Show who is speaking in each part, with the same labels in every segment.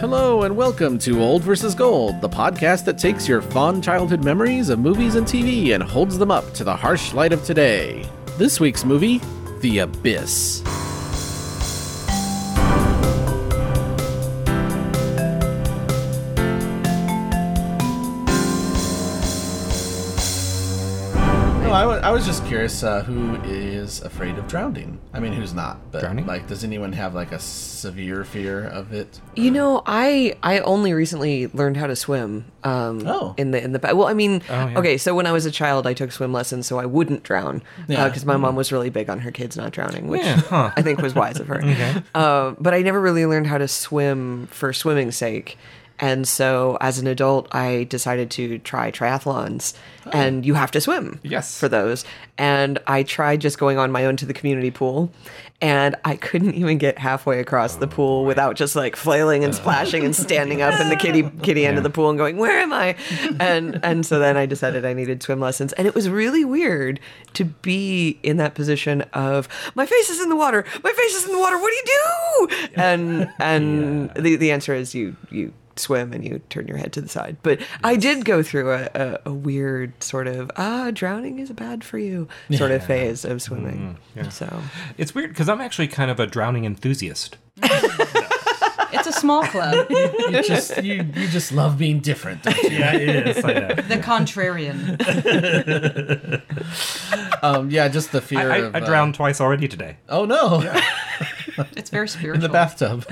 Speaker 1: Hello, and welcome to Old vs. Gold, the podcast that takes your fond childhood memories of movies and TV and holds them up to the harsh light of today. This week's movie, The Abyss. No, I wa- I was just curious uh, who is afraid of drowning. I mean, who's not? But
Speaker 2: Drowning?
Speaker 1: like, does anyone have like a severe fear of it?
Speaker 3: You know, I I only recently learned how to swim. Um,
Speaker 1: Oh.
Speaker 3: in the in the well, I mean,
Speaker 2: Oh, yeah.
Speaker 3: okay. So when I was a child, I took swim lessons so I wouldn't drown
Speaker 1: Yeah.
Speaker 3: because my mom was really big on her kids not drowning, which
Speaker 2: Mm. Yeah, huh.
Speaker 3: I think was wise of her. Uh, but I never really learned how to swim for swimming's sake. And so, as an adult, I decided to try triathlons, and you have to swim
Speaker 2: Oh. Yes.
Speaker 3: for those. And I tried just going on my own to the community pool, and I couldn't even get halfway across the pool without just like flailing and splashing and standing up in the kitty kitty end of the pool and going, "Where am I?" And and so then I decided I needed swim lessons, and it was really weird to be in that position of my face is in the water, my face is in the water. What do you do? And and the the answer is you you swim and you turn your head to the side. But I did go through a, a, a weird sort of ah drowning is bad for you sort of phase of swimming.
Speaker 1: Mm,
Speaker 3: So
Speaker 2: It's weird because I'm actually kind of a drowning enthusiast.
Speaker 4: It's a small club.
Speaker 1: you just you, you just love being different. don't you?
Speaker 2: Yeah, it is. I know.
Speaker 4: the contrarian.
Speaker 1: Um, yeah, just the
Speaker 2: I,
Speaker 1: fear
Speaker 2: I,
Speaker 1: of
Speaker 2: I
Speaker 1: uh,
Speaker 2: drowned twice already today.
Speaker 1: oh no,
Speaker 4: It's very spiritual.
Speaker 1: in the bathtub.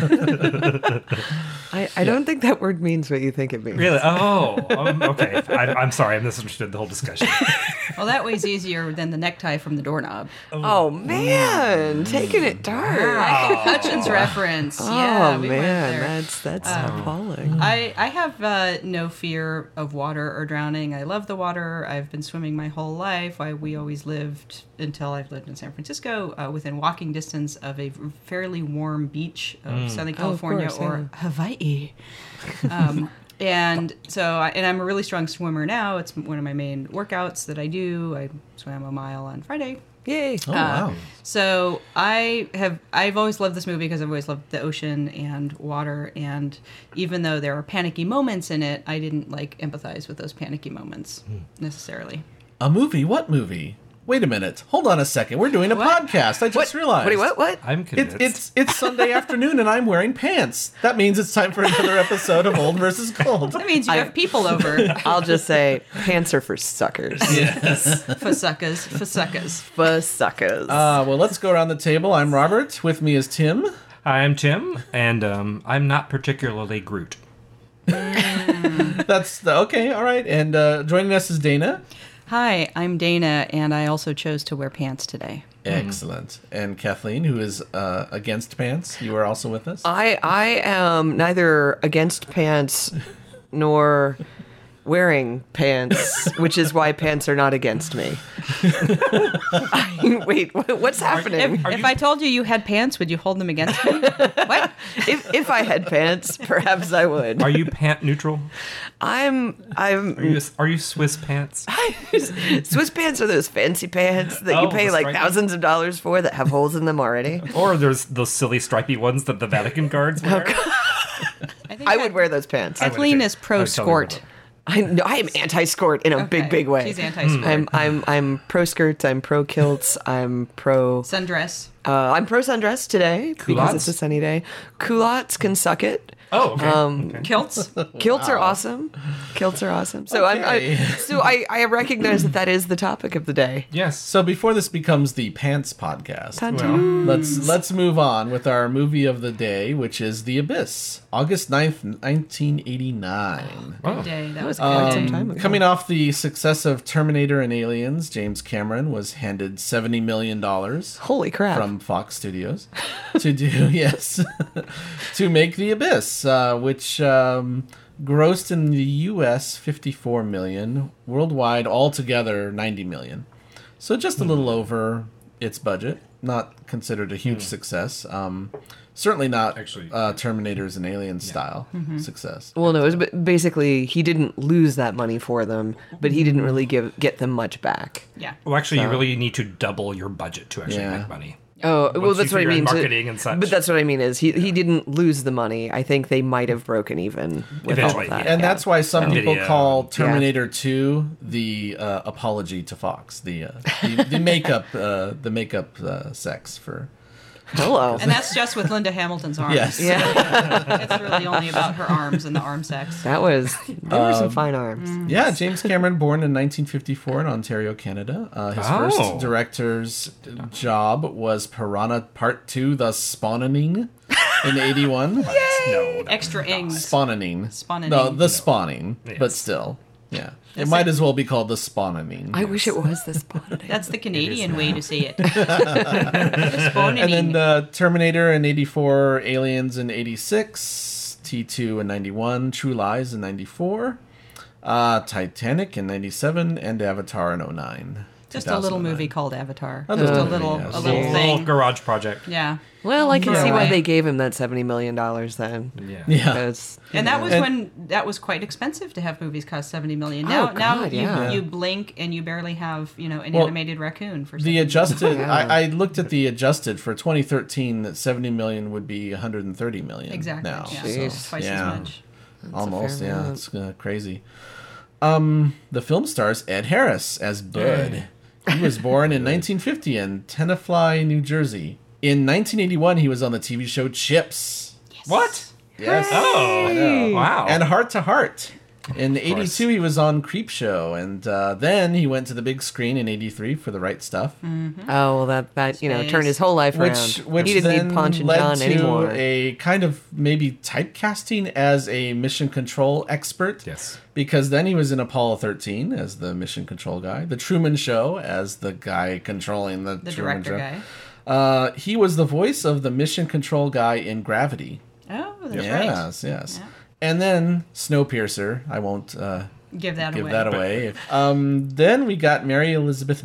Speaker 1: Oh,
Speaker 3: I, I don't think that word means what you think it means.
Speaker 2: Really? Oh, um, okay. I, I'm sorry. I misunderstood the whole discussion.
Speaker 4: Well, Oh, that way's easier than the necktie from the doorknob.
Speaker 3: Oh man, taking it dark.
Speaker 4: Michael Hutchins reference.
Speaker 3: Oh
Speaker 4: yeah, we went
Speaker 3: man,
Speaker 4: there.
Speaker 3: that's that's
Speaker 1: Mm.
Speaker 3: appalling.
Speaker 4: I, I have uh, no fear of water or drowning. I love the water. I've been swimming my whole life. I, we always lived, until I've lived in San Francisco, uh, within walking distance of a fairly warm beach of Southern California
Speaker 3: course,
Speaker 4: or Hawaii. Um, and so, I, and I'm a really strong swimmer now. It's one of my main workouts that I do. I swam a mile on Friday.
Speaker 3: Yay.
Speaker 1: Oh wow,
Speaker 4: Uh, So I have I've always loved this movie because I've always loved the ocean and water and even though there are panicky moments in it, I didn't like empathize with those panicky moments necessarily.
Speaker 1: a movie? What movie? Wait a minute. Hold on a second. We're doing a
Speaker 4: What?
Speaker 1: podcast. I just realized.
Speaker 3: What? What? What?
Speaker 2: I'm
Speaker 1: It's
Speaker 2: convinced.
Speaker 1: it's it's Sunday afternoon and I'm wearing pants. That means it's time for another episode of Old versus Gold.
Speaker 4: That means you have people over
Speaker 3: I'll just say pants are for suckers.
Speaker 4: fasuckas, fasuckas.
Speaker 3: For suckers.
Speaker 1: Uh, well, let's go around the table. I'm Robert. With me is Tim.
Speaker 2: Hi, I'm Tim, and um, I'm not particularly Groot.
Speaker 1: That's the, okay. All right, and uh, joining us is Dana.
Speaker 4: Hi, I'm Dana and I also chose to wear pants today.
Speaker 1: Excellent. And Kathleen, who is uh, against pants. You are also with us.
Speaker 3: I I am neither against pants nor wearing pants, which is why pants are not against me. I- wait, what, what's happening?
Speaker 4: If I told you you had pants, would you hold them against me? what?
Speaker 3: If, if I had pants, perhaps I would.
Speaker 2: Are you pant neutral?
Speaker 3: I'm I'm
Speaker 2: Are you are you Swiss pants?
Speaker 3: Swiss pants are those fancy pants that you
Speaker 2: Oh,
Speaker 3: pay
Speaker 2: the
Speaker 3: like
Speaker 2: stripy?
Speaker 3: thousands of dollars for that have holes in them already.
Speaker 2: Or there's those silly stripy ones that the Vatican guards
Speaker 1: Oh,
Speaker 2: wear?
Speaker 4: think
Speaker 3: I would wear those pants.
Speaker 2: I would
Speaker 4: Kathleen
Speaker 2: too.
Speaker 4: is pro
Speaker 2: I would totally wear
Speaker 4: skort.
Speaker 3: I no, I am anti-skirt in a big
Speaker 4: Okay,
Speaker 3: big way.
Speaker 4: She's anti-skort.
Speaker 3: I'm I'm I'm pro skirts. I'm pro kilts. I'm pro.
Speaker 4: Sundress.
Speaker 3: Uh, I'm pro sundress today because it's
Speaker 2: Culottes?
Speaker 3: a sunny day. Culottes can suck it.
Speaker 2: Oh, okay.
Speaker 1: Um,
Speaker 4: Kilts.
Speaker 3: Kilts are awesome. Kilts are awesome. So
Speaker 1: Okay.
Speaker 3: I'm I, so I, I recognize that that is the topic of the day.
Speaker 2: yes.
Speaker 1: So before this becomes the pants podcast,
Speaker 2: well,
Speaker 1: let's let's move on with our movie of the day, which is The Abyss, August 9th, 1989.
Speaker 2: oh.
Speaker 4: Day. That was
Speaker 3: Quite some time ago.
Speaker 1: Um, Coming off the success of Terminator and Aliens, James Cameron was handed 70 million dollars
Speaker 3: Holy crap!
Speaker 1: from Fox Studios to do yes to make The Abyss, uh, which um, grossed in the U.S. 54 million, worldwide altogether 90 million. So just a little over its budget. Not considered a huge success. Um, certainly not
Speaker 2: Actually-
Speaker 1: uh, Terminators and Aliens style success.
Speaker 3: well, no, it was ba- basically he didn't lose that money for them, but he didn't really give get them much back.
Speaker 4: yeah.
Speaker 2: Well, actually, you really need to double your budget to actually
Speaker 1: Yeah.
Speaker 2: make money.
Speaker 3: Oh, well,
Speaker 2: Once
Speaker 3: that's
Speaker 2: you figure
Speaker 3: what I
Speaker 2: in
Speaker 3: mean. to-
Speaker 2: marketing and such.
Speaker 3: But that's what I mean is he, he didn't lose the money. I think they might have broken even with all
Speaker 2: Eventually,
Speaker 3: of that.
Speaker 2: yeah.
Speaker 1: And that's why some people
Speaker 2: Video.
Speaker 1: call Terminator 2 the uh, apology to Fox, the uh, the, the makeup uh, the makeup uh, sex for
Speaker 3: Hello.
Speaker 4: And that's just with Linda Hamilton's arms.
Speaker 1: yes.
Speaker 3: yeah,
Speaker 4: It's really only about her arms and the arm sex.
Speaker 3: that was. There were
Speaker 2: Um,
Speaker 3: some fine arms.
Speaker 1: Yeah, James Cameron, born in 1954 in Ontario, Canada. Uh, his
Speaker 2: Oh.
Speaker 1: first director's job was Piranha Part 2, The Spawning in 81.
Speaker 2: No, that-
Speaker 4: Extra ings.
Speaker 1: Spawning.
Speaker 4: Spawning.
Speaker 1: No, The Spawning, but
Speaker 2: Yes.
Speaker 1: still. Yeah. It might as well be called The Spawning.
Speaker 3: I wish it was this bonding.
Speaker 4: That's the Canadian way to say it. Spawning.
Speaker 1: And then uh, Terminator in 84, Aliens in 86, T2 in 91, True Lies in 94, uh, Titanic in 97, and Avatar in 09.
Speaker 4: just a little
Speaker 1: 2009.
Speaker 4: movie called Avatar.
Speaker 1: A
Speaker 4: just
Speaker 1: little
Speaker 4: a
Speaker 1: movie,
Speaker 4: little,
Speaker 1: yes.
Speaker 4: a
Speaker 2: little,
Speaker 4: little
Speaker 2: little
Speaker 4: thing.
Speaker 2: garage project.
Speaker 4: Yeah.
Speaker 3: Well, I can see why
Speaker 4: Right.
Speaker 3: they gave him that seventy million dollars then.
Speaker 2: Yeah.
Speaker 1: Yeah.
Speaker 3: Because
Speaker 4: And that was
Speaker 1: And-
Speaker 4: when that was quite expensive to have movies cost seventy million.
Speaker 3: Oh,
Speaker 4: Now, now
Speaker 3: God,
Speaker 4: you,
Speaker 3: yeah.
Speaker 4: you blink and you barely have you know an
Speaker 1: Well,
Speaker 4: animated raccoon for
Speaker 1: The
Speaker 4: 70
Speaker 1: adjusted,
Speaker 3: Yeah.
Speaker 1: I, I looked at the adjusted for 2013, that 70 million would be 130 million.
Speaker 4: exactly
Speaker 1: Now,
Speaker 4: yeah.
Speaker 1: So,
Speaker 3: Jeez.
Speaker 4: twice
Speaker 1: yeah.
Speaker 4: as much.
Speaker 1: Almost,
Speaker 3: fair
Speaker 1: yeah.
Speaker 3: amount.
Speaker 1: It's uh, crazy. Um, the film stars Ed Harris as Bud. He was born in 1950 in Tenafly, New Jersey. In 1981, he was on the TV show Chips.
Speaker 2: What?
Speaker 1: Yes.
Speaker 2: Oh,
Speaker 1: Yeah.
Speaker 2: wow.
Speaker 1: And Heart to Heart. In 82, he was on Creep Show. And uh, then he went to the big screen in 83 for The Right Stuff.
Speaker 3: oh well, that that you know turned his whole life around.
Speaker 1: Which, which
Speaker 3: he didn't
Speaker 1: then
Speaker 3: need Punch and
Speaker 1: led
Speaker 3: John
Speaker 1: to
Speaker 3: anymore.
Speaker 1: a kind of maybe typecasting as a mission control expert.
Speaker 2: Yes.
Speaker 1: Because then he was in Apollo 13 as the mission control guy, The Truman Show as the guy controlling the,
Speaker 4: The
Speaker 1: Truman Show.
Speaker 4: director guy.
Speaker 1: Uh, he was the voice of the mission control guy in Gravity.
Speaker 4: Oh, that's right.
Speaker 1: yes, yes.
Speaker 4: Yeah.
Speaker 1: And then Snowpiercer. I won't uh,
Speaker 4: Give that
Speaker 1: give
Speaker 4: away.
Speaker 1: that away. um, then we got Mary Elizabeth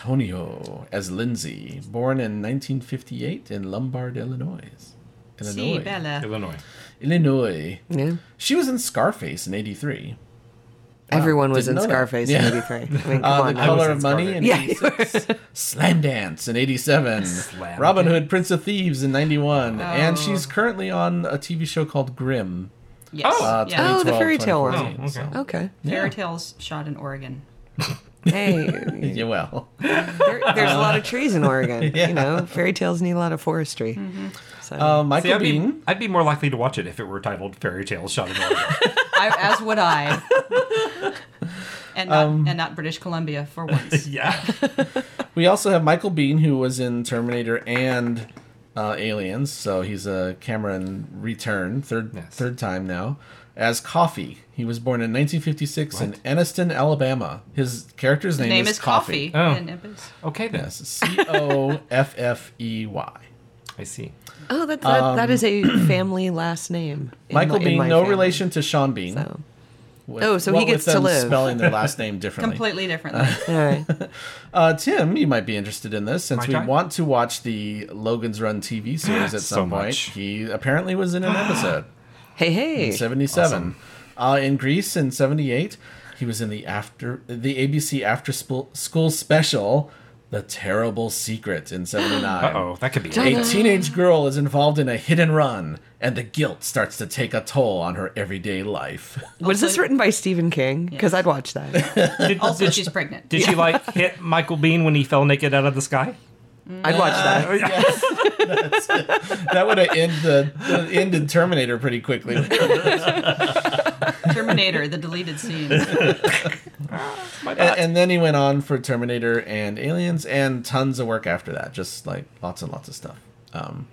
Speaker 1: Mastrantonio as Lindsay, born in 1958 in Lombard, Illinois.
Speaker 4: See,
Speaker 1: Illinois.
Speaker 4: Bella.
Speaker 2: Illinois.
Speaker 1: Illinois.
Speaker 3: yeah.
Speaker 1: She was in Scarface in 83.
Speaker 3: Everyone was in
Speaker 1: didn't know that.
Speaker 3: Scarface
Speaker 1: Yeah.
Speaker 3: in '83. I mean, come
Speaker 1: Uh,
Speaker 3: on.
Speaker 1: the
Speaker 3: now.
Speaker 2: was
Speaker 1: Color
Speaker 2: in
Speaker 1: of Money in
Speaker 3: Yeah.
Speaker 1: 86. Slam Dance in 87.
Speaker 2: Slam
Speaker 1: Robin Hood, Prince of Thieves in 91. And
Speaker 4: Oh.
Speaker 1: she's currently on a TV show called Grimm.
Speaker 4: Yes.
Speaker 2: Oh.
Speaker 1: Uh,
Speaker 4: yeah.
Speaker 3: Oh, the fairy tale one.
Speaker 1: 2014,
Speaker 2: Oh, okay.
Speaker 1: so-
Speaker 3: Okay.
Speaker 4: Fairy
Speaker 1: yeah.
Speaker 4: tales shot in Oregon.
Speaker 3: Hey,
Speaker 1: Yeah, well.
Speaker 3: there, there's a lot of trees in Oregon.
Speaker 1: Yeah.
Speaker 3: You know, fairy tales need a lot of forestry. So.
Speaker 1: Uh,
Speaker 2: See,
Speaker 1: Michael
Speaker 2: I'd, be,
Speaker 1: Bean.
Speaker 2: I'd be more likely to watch it if it were titled Fairy Tales Shot in Oregon.
Speaker 4: I, as would I. and not and not British Columbia for once.
Speaker 2: yeah.
Speaker 1: We also have Michael Bean, who was in Terminator and uh, Aliens, so he's a Cameron return third
Speaker 2: Yes.
Speaker 1: third time now as Coffee. He was born in 1956 in Anniston, Alabama. His character's
Speaker 4: Name,
Speaker 1: name,
Speaker 4: is Coffee.
Speaker 1: Coffee.
Speaker 2: Oh.
Speaker 4: And it was-
Speaker 2: Okay then.
Speaker 1: Yes, C O F F E Y.
Speaker 2: I see.
Speaker 3: oh, that, that, that is a family last name. in my-
Speaker 1: Um, Michael
Speaker 3: in
Speaker 1: Bean,
Speaker 3: my
Speaker 1: no
Speaker 3: family.
Speaker 1: relation to Sean Bean.
Speaker 3: So.
Speaker 1: with-
Speaker 3: Oh, so he
Speaker 1: what with
Speaker 3: gets to
Speaker 1: them
Speaker 3: live.
Speaker 1: Spelling their last name differently.
Speaker 4: Completely differently.
Speaker 3: All right.
Speaker 1: Uh, Tim, you might be interested in this since
Speaker 2: My
Speaker 1: we
Speaker 2: time?
Speaker 1: want to watch the Logan's Run TV series at
Speaker 2: So
Speaker 1: some point.
Speaker 2: much.
Speaker 1: He apparently was in an episode
Speaker 3: Hey, hey.
Speaker 1: in '77. Uh, in Greece in '78, he was in the after the ABC after school, school special, "The Terrible Secret" in
Speaker 2: Uh
Speaker 1: '79.
Speaker 2: oh, that could be.
Speaker 1: A teenage girl is involved in a hit and run, and the guilt starts to take a toll on her everyday life.
Speaker 3: Was this
Speaker 4: Also-
Speaker 3: written by Stephen King? Because I'd watch that.
Speaker 2: Did,
Speaker 4: Also,
Speaker 2: did-
Speaker 4: she's pregnant.
Speaker 2: did she like hit Michael Bean when he fell naked out of the sky?
Speaker 3: I'd watch that.
Speaker 1: Yes, that's it. that would have end the, the ended Terminator pretty quickly. And,
Speaker 4: Terminator, the deleted scene.
Speaker 2: My God.
Speaker 1: and then he went on for Terminator and Aliens and tons of work after that, just like lots and lots of stuff. Um,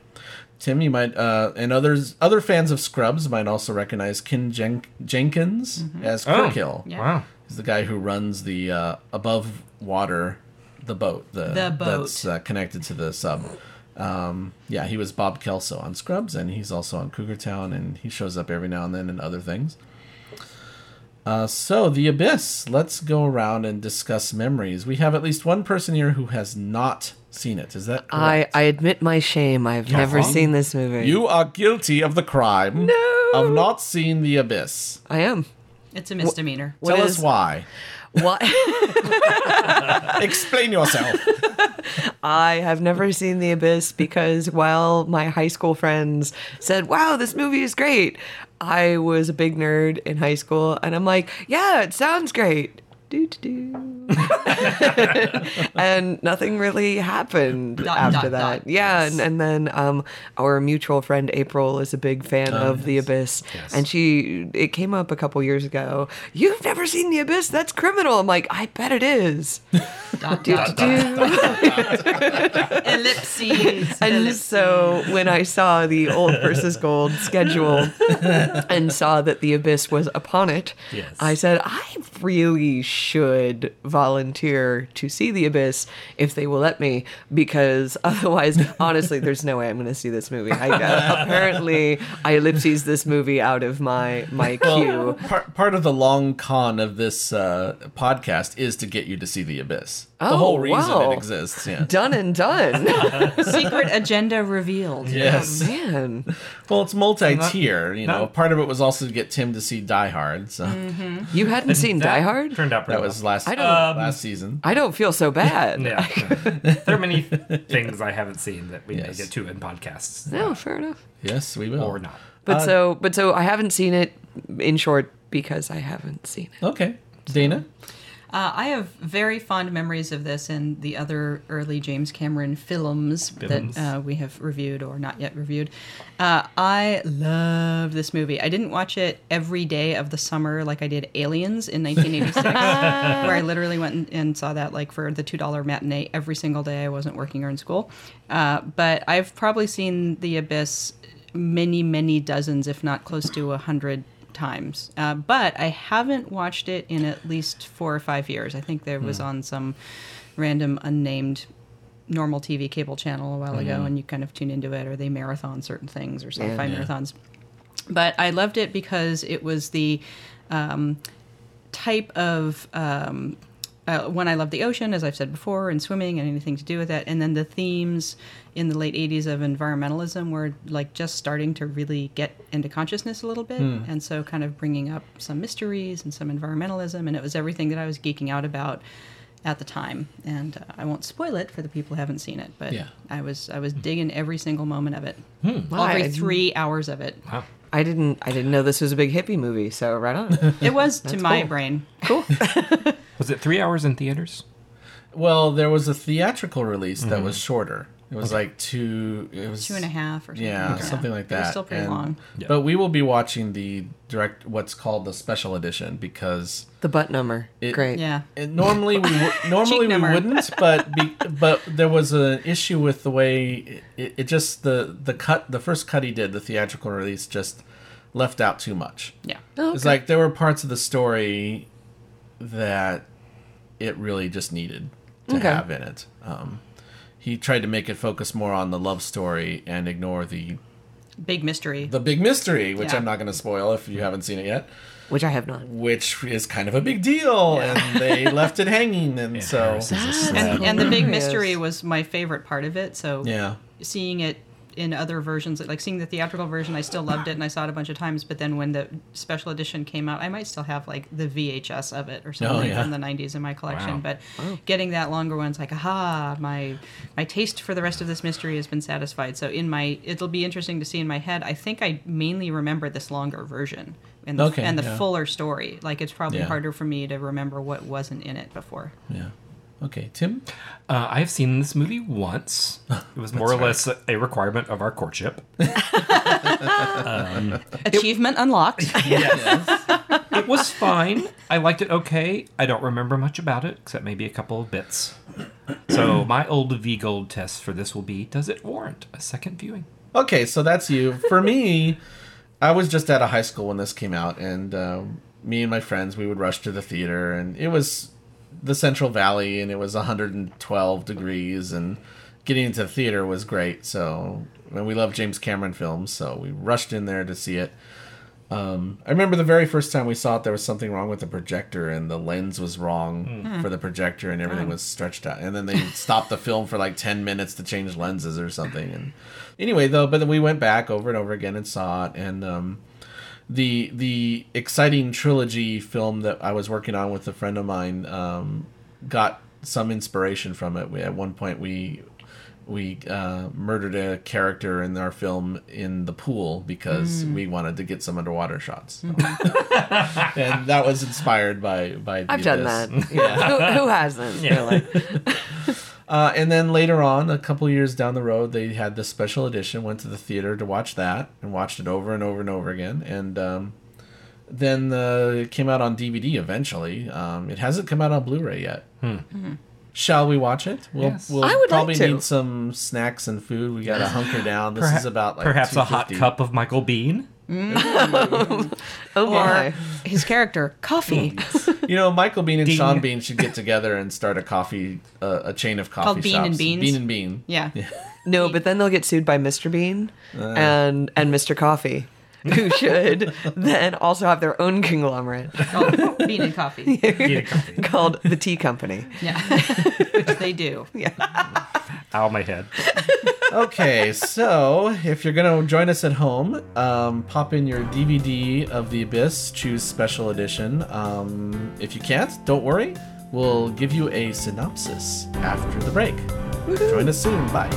Speaker 1: Tim, you might uh, and others other fans of Scrubs might also recognize Ken Jen- Jenkins as
Speaker 2: Oh.
Speaker 1: Kirkhill.
Speaker 4: Yeah.
Speaker 2: Wow.
Speaker 1: He's the guy who runs the uh, above water, the boat, the,
Speaker 4: The boat.
Speaker 1: that's uh, connected to the sub. Um, yeah, he was Bob Kelso on Scrubs, and he's also on Cougar Town, and he shows up every now and then in other things. Uh, so the abyss. Let's go around and discuss memories. We have at least one person here who has not seen it. Is that
Speaker 3: I,
Speaker 1: correct?
Speaker 3: I admit my shame. I've never
Speaker 2: Uh-huh.
Speaker 3: seen this movie.
Speaker 1: You are guilty of the crime of not seeing the abyss.
Speaker 3: I am.
Speaker 4: It's a misdemeanor.
Speaker 3: What
Speaker 1: Tell
Speaker 3: is-
Speaker 1: us why.
Speaker 3: Why?
Speaker 1: Explain yourself.
Speaker 3: I have never seen The Abyss because while my high school friends said, wow, this movie is great, I was a big nerd in high school and I'm like, yeah, it sounds great. Do, do, do. and nothing really happened
Speaker 4: Dot,
Speaker 3: after
Speaker 4: dot,
Speaker 3: that.
Speaker 4: dot.
Speaker 3: Yeah, and, and then um, our mutual friend April is a big fan of The Abyss, and she it came up a couple years ago. You've never seen The Abyss? That's criminal. I'm like, I bet it is.
Speaker 4: Dot,
Speaker 3: Do,
Speaker 4: dot,
Speaker 3: do, do.
Speaker 4: ellipses.
Speaker 3: And
Speaker 4: ellipses.
Speaker 3: so when I saw the old versus gold schedule and saw that the abyss was upon it,
Speaker 2: Yes.
Speaker 3: I said, I really should volunteer to see the abyss if they will let me, because otherwise, honestly, there's no way I'm going to see this movie. I, uh, apparently, I ellipses this movie out of my, my queue.
Speaker 1: part, part of the long con of this uh, podcast is to get you to see the abyss. the
Speaker 3: Oh,
Speaker 1: whole reason
Speaker 3: wow.
Speaker 1: it exists. Yeah.
Speaker 3: Done and done.
Speaker 4: secret agenda revealed.
Speaker 1: Yes.
Speaker 3: Man.
Speaker 1: Well, it's multi-tier. You know,
Speaker 2: not-
Speaker 1: part of it was also to get Tim to see Die Hard. So
Speaker 4: Mm.
Speaker 3: You hadn't seen
Speaker 2: That
Speaker 3: Die Hard?
Speaker 2: Turned out pretty
Speaker 1: that was
Speaker 2: well.
Speaker 1: last
Speaker 3: I don't-
Speaker 1: last season.
Speaker 3: I don't feel so bad.
Speaker 2: Yeah. there are many things I haven't seen that we
Speaker 1: Yes.
Speaker 2: may get to in podcasts.
Speaker 3: No, fair enough.
Speaker 1: Yes, we will.
Speaker 2: Or not.
Speaker 3: But so, but so I haven't seen it. In short, because I haven't seen it.
Speaker 1: Okay, Dana.
Speaker 4: Uh, I have very fond memories of this and the other early James Cameron films
Speaker 2: Films.
Speaker 4: that uh, we have reviewed or not yet reviewed. Uh, I love this movie. I didn't watch it every day of the summer like I did Aliens in 1986, where I literally went and, and saw that like for the two dollar matinee every single day I wasn't working or in school. Uh, but I've probably seen The Abyss many, many dozens, if not close to a hundred times. Uh, but I haven't watched it in at least four or five years. I think there
Speaker 1: Hmm.
Speaker 4: was on some random unnamed normal TV cable channel a while ago, and you kind of tune into it, or they marathon certain things or sci fi
Speaker 1: Mm-hmm. Yeah.
Speaker 4: marathons. But I loved it because it was the um, type of um, uh, one I love the ocean, as I've said before, and swimming and anything to do with that. And then the themes in the late 80s of environmentalism were like just starting to really get into consciousness a little bit. And so, kind of bringing up some mysteries and some environmentalism. And it was everything that I was geeking out about at the time. And uh, I won't spoil it for the people who haven't seen it, but
Speaker 1: Yeah.
Speaker 4: I was I was digging every single moment of it,
Speaker 3: Wow, I
Speaker 4: every
Speaker 3: didn't-
Speaker 4: three hours of it.
Speaker 2: Wow.
Speaker 3: I didn't. I didn't know this was a big hippie movie. So right on.
Speaker 4: It was to my
Speaker 3: cool.
Speaker 4: brain.
Speaker 3: cool.
Speaker 2: Was it three hours in theaters?
Speaker 1: Well, there was a theatrical release that was
Speaker 2: Mm-hmm.
Speaker 1: shorter. It was like two. It was
Speaker 4: Two and a half or something.
Speaker 1: Yeah, something like that.
Speaker 4: It was still pretty
Speaker 1: And-
Speaker 4: long.
Speaker 2: Yeah.
Speaker 1: But we will be watching the direct, what's called the special edition, because
Speaker 3: The butt number.
Speaker 1: It-
Speaker 3: Great.
Speaker 4: Yeah.
Speaker 1: And normally we w- normally
Speaker 4: Cheek
Speaker 1: we
Speaker 4: number.
Speaker 1: wouldn't, but be, but there was an issue with the way it, it just the the cut the first cut he did the theatrical release just left out too much.
Speaker 4: Yeah.
Speaker 3: Oh,
Speaker 1: It's
Speaker 3: okay.
Speaker 1: like there were parts of the story that it really just needed to
Speaker 3: Okay.
Speaker 1: have in it. Um, he tried to make it focus more on the love story and ignore the
Speaker 4: Big mystery.
Speaker 1: the big mystery, which
Speaker 4: Yeah.
Speaker 1: I'm not going to spoil if you haven't seen it yet
Speaker 3: which I have not.
Speaker 1: which is kind of a big deal, and they left it hanging, and so
Speaker 2: Harrison's a
Speaker 4: and, and the big
Speaker 3: Hilarious.
Speaker 4: mystery was my favorite part of it. So
Speaker 1: yeah,
Speaker 4: seeing it in other versions, like seeing the theatrical version, I still loved it and I saw it a bunch of times. But then when the special edition came out, I might still have like the VHS of it or something
Speaker 1: Oh, yeah. Oh.
Speaker 4: from the '90s in my collection.
Speaker 2: Wow.
Speaker 4: But getting that longer one's like, aha, my my taste for the rest of this mystery has been satisfied. So in my, it'll be interesting to see in my head. I think I mainly remember this longer version and the,
Speaker 1: Okay,
Speaker 4: and the
Speaker 1: yeah.
Speaker 4: fuller story. Like it's probably
Speaker 1: Yeah.
Speaker 4: harder for me to remember what wasn't in it before.
Speaker 1: yeah. Okay, Tim.
Speaker 2: Uh, I have seen this movie once. It was more or less a requirement of our courtship.
Speaker 4: Achievement unlocked.
Speaker 2: It was fine. I liked it okay. I don't remember much about it, except maybe a couple of bits. So my old V Gold test for this will be: Does it warrant a second viewing?
Speaker 1: Okay, so that's you. For me, I was just out of high school when this came out, and um, me and my friends we would rush to the theater, and it was the Central Valley, and it was 112 degrees, and getting into the theater was great. So, and we love James Cameron films, so we rushed in there to see it. Um, I remember the very first time we saw it, there was something wrong with the projector, and the lens was wrong for the projector, and everything was stretched out. And then they stopped the film for like ten minutes to change lenses or something. And anyway, though, but then we went back over and over again and saw it, and um, the the exciting trilogy film that I was working on with a friend of mine um, got some inspiration from it. We, at one point, we we uh, murdered a character in our film in the pool because
Speaker 3: Mm.
Speaker 1: we wanted to get some underwater shots, and that was inspired by by. The
Speaker 3: Mm-hmm. I've done
Speaker 1: Abyss.
Speaker 3: that. Yeah. who, who hasn't? Really?
Speaker 1: Uh, and then later on, a couple years down the road, they had this special edition. Went to the theater to watch that and watched it over and over and over again. And um, then uh, it came out on DVD eventually. Um, it hasn't come out on Blu-ray yet.
Speaker 2: Hmm.
Speaker 1: Mm-hmm. Shall we watch it? We'll,
Speaker 2: Yes.
Speaker 1: we'll
Speaker 3: I would like
Speaker 1: probably
Speaker 3: to.
Speaker 1: need some snacks and food. We gotta hunker down. This
Speaker 2: Perha-
Speaker 1: is about like
Speaker 2: perhaps a hot
Speaker 1: $2.50.
Speaker 2: cup of Michael Bean.
Speaker 3: Oh
Speaker 4: Or
Speaker 3: my.
Speaker 4: his character, Coffee,
Speaker 1: You know, Michael Bean and
Speaker 2: Ding.
Speaker 1: Sean Bean should get together and start a coffee, uh, a chain of coffee
Speaker 4: Bean
Speaker 1: shops.
Speaker 4: and Beans?
Speaker 1: Bean and Bean.
Speaker 4: yeah,
Speaker 3: No, but then they'll get sued by Mr. Bean and and Mr. Coffee, who should then also have their own conglomerate
Speaker 4: called Bean Oh, and Coffee,
Speaker 2: Bean and coffee.
Speaker 3: called the Tea Company.
Speaker 4: yeah, which they do.
Speaker 2: Ow, my head.
Speaker 1: okay, so if you're gonna join us at home, um, pop in your DVD of The Abyss, choose Special Edition. Um, if you can't, don't worry. We'll give you a synopsis after the break. Join us soon. Bye.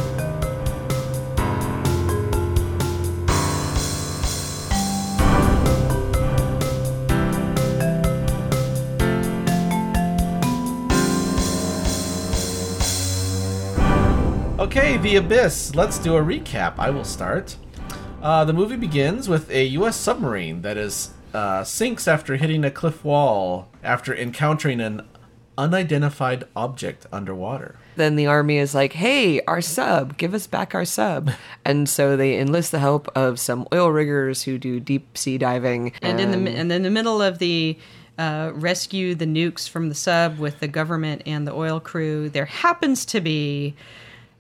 Speaker 1: Okay, The Abyss. Let's do a recap. I will start. Uh, the movie begins with a U.S. submarine that is uh, sinks after hitting a cliff wall after encountering an unidentified object underwater.
Speaker 3: Then the army is like, "Hey, our sub, give us back our sub," and so they enlist the help of some oil riggers who do deep sea diving.
Speaker 4: And in the mi- and in the middle of the uh, rescue the nukes from the sub with the government and the oil crew, there happens to be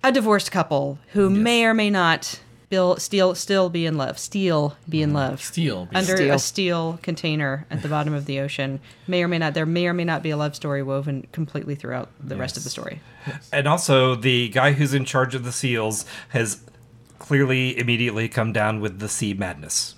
Speaker 4: a divorced couple who may or may not bill, still still be in love, still be in love,
Speaker 1: Steel.
Speaker 4: under
Speaker 1: Steel.
Speaker 4: a steel container at the bottom of the ocean. May or may not there may or may not be a love story woven completely throughout the rest of the story.
Speaker 2: And also, the guy who's in charge of the seals has clearly immediately come down with the sea madness.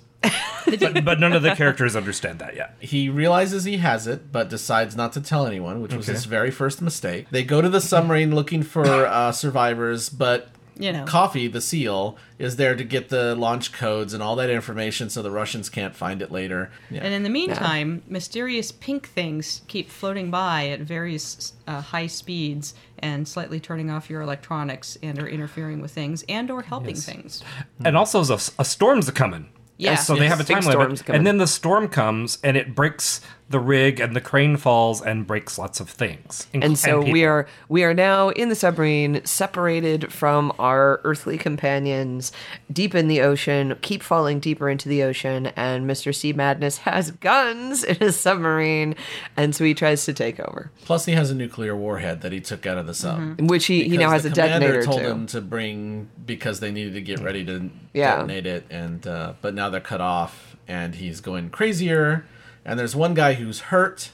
Speaker 2: but, but none of the characters understand that yet.
Speaker 1: He realizes he has it, but decides not to tell anyone, which was
Speaker 2: Okay.
Speaker 1: his very first mistake. They go to the submarine looking for uh, survivors, but
Speaker 4: You know.
Speaker 1: Coffee, the seal, is there to get the launch codes and all that information, so the Russians can't find it later. Yeah.
Speaker 4: And in the meantime, mysterious pink things keep floating by at various uh, high speeds and slightly turning off your electronics and or interfering with things and or helping things.
Speaker 2: And also, a, a storm's a coming.
Speaker 4: Yeah.
Speaker 2: So they
Speaker 4: Yes.
Speaker 2: have a
Speaker 3: Big
Speaker 2: time
Speaker 3: storm's
Speaker 2: limit.
Speaker 3: coming.
Speaker 2: And then the storm comes and it breaks the rig, and the crane falls and breaks lots of things. inc-
Speaker 3: and so we
Speaker 2: people.
Speaker 3: are we are now in the submarine separated from our earthly companions deep in the ocean keep falling deeper into the ocean and mr sea madness has guns in his submarine and so he tries to take over
Speaker 1: Plus, he has a nuclear warhead that he took out of the sub.
Speaker 3: which he, he now
Speaker 1: Because
Speaker 3: has
Speaker 1: the
Speaker 3: a
Speaker 1: commander
Speaker 3: detonator
Speaker 1: told
Speaker 3: too
Speaker 1: him to bring because they needed to get ready to
Speaker 3: Yeah.
Speaker 1: detonate it, and uh, but now they're cut off, and he's going crazier. And there's one guy who's hurt,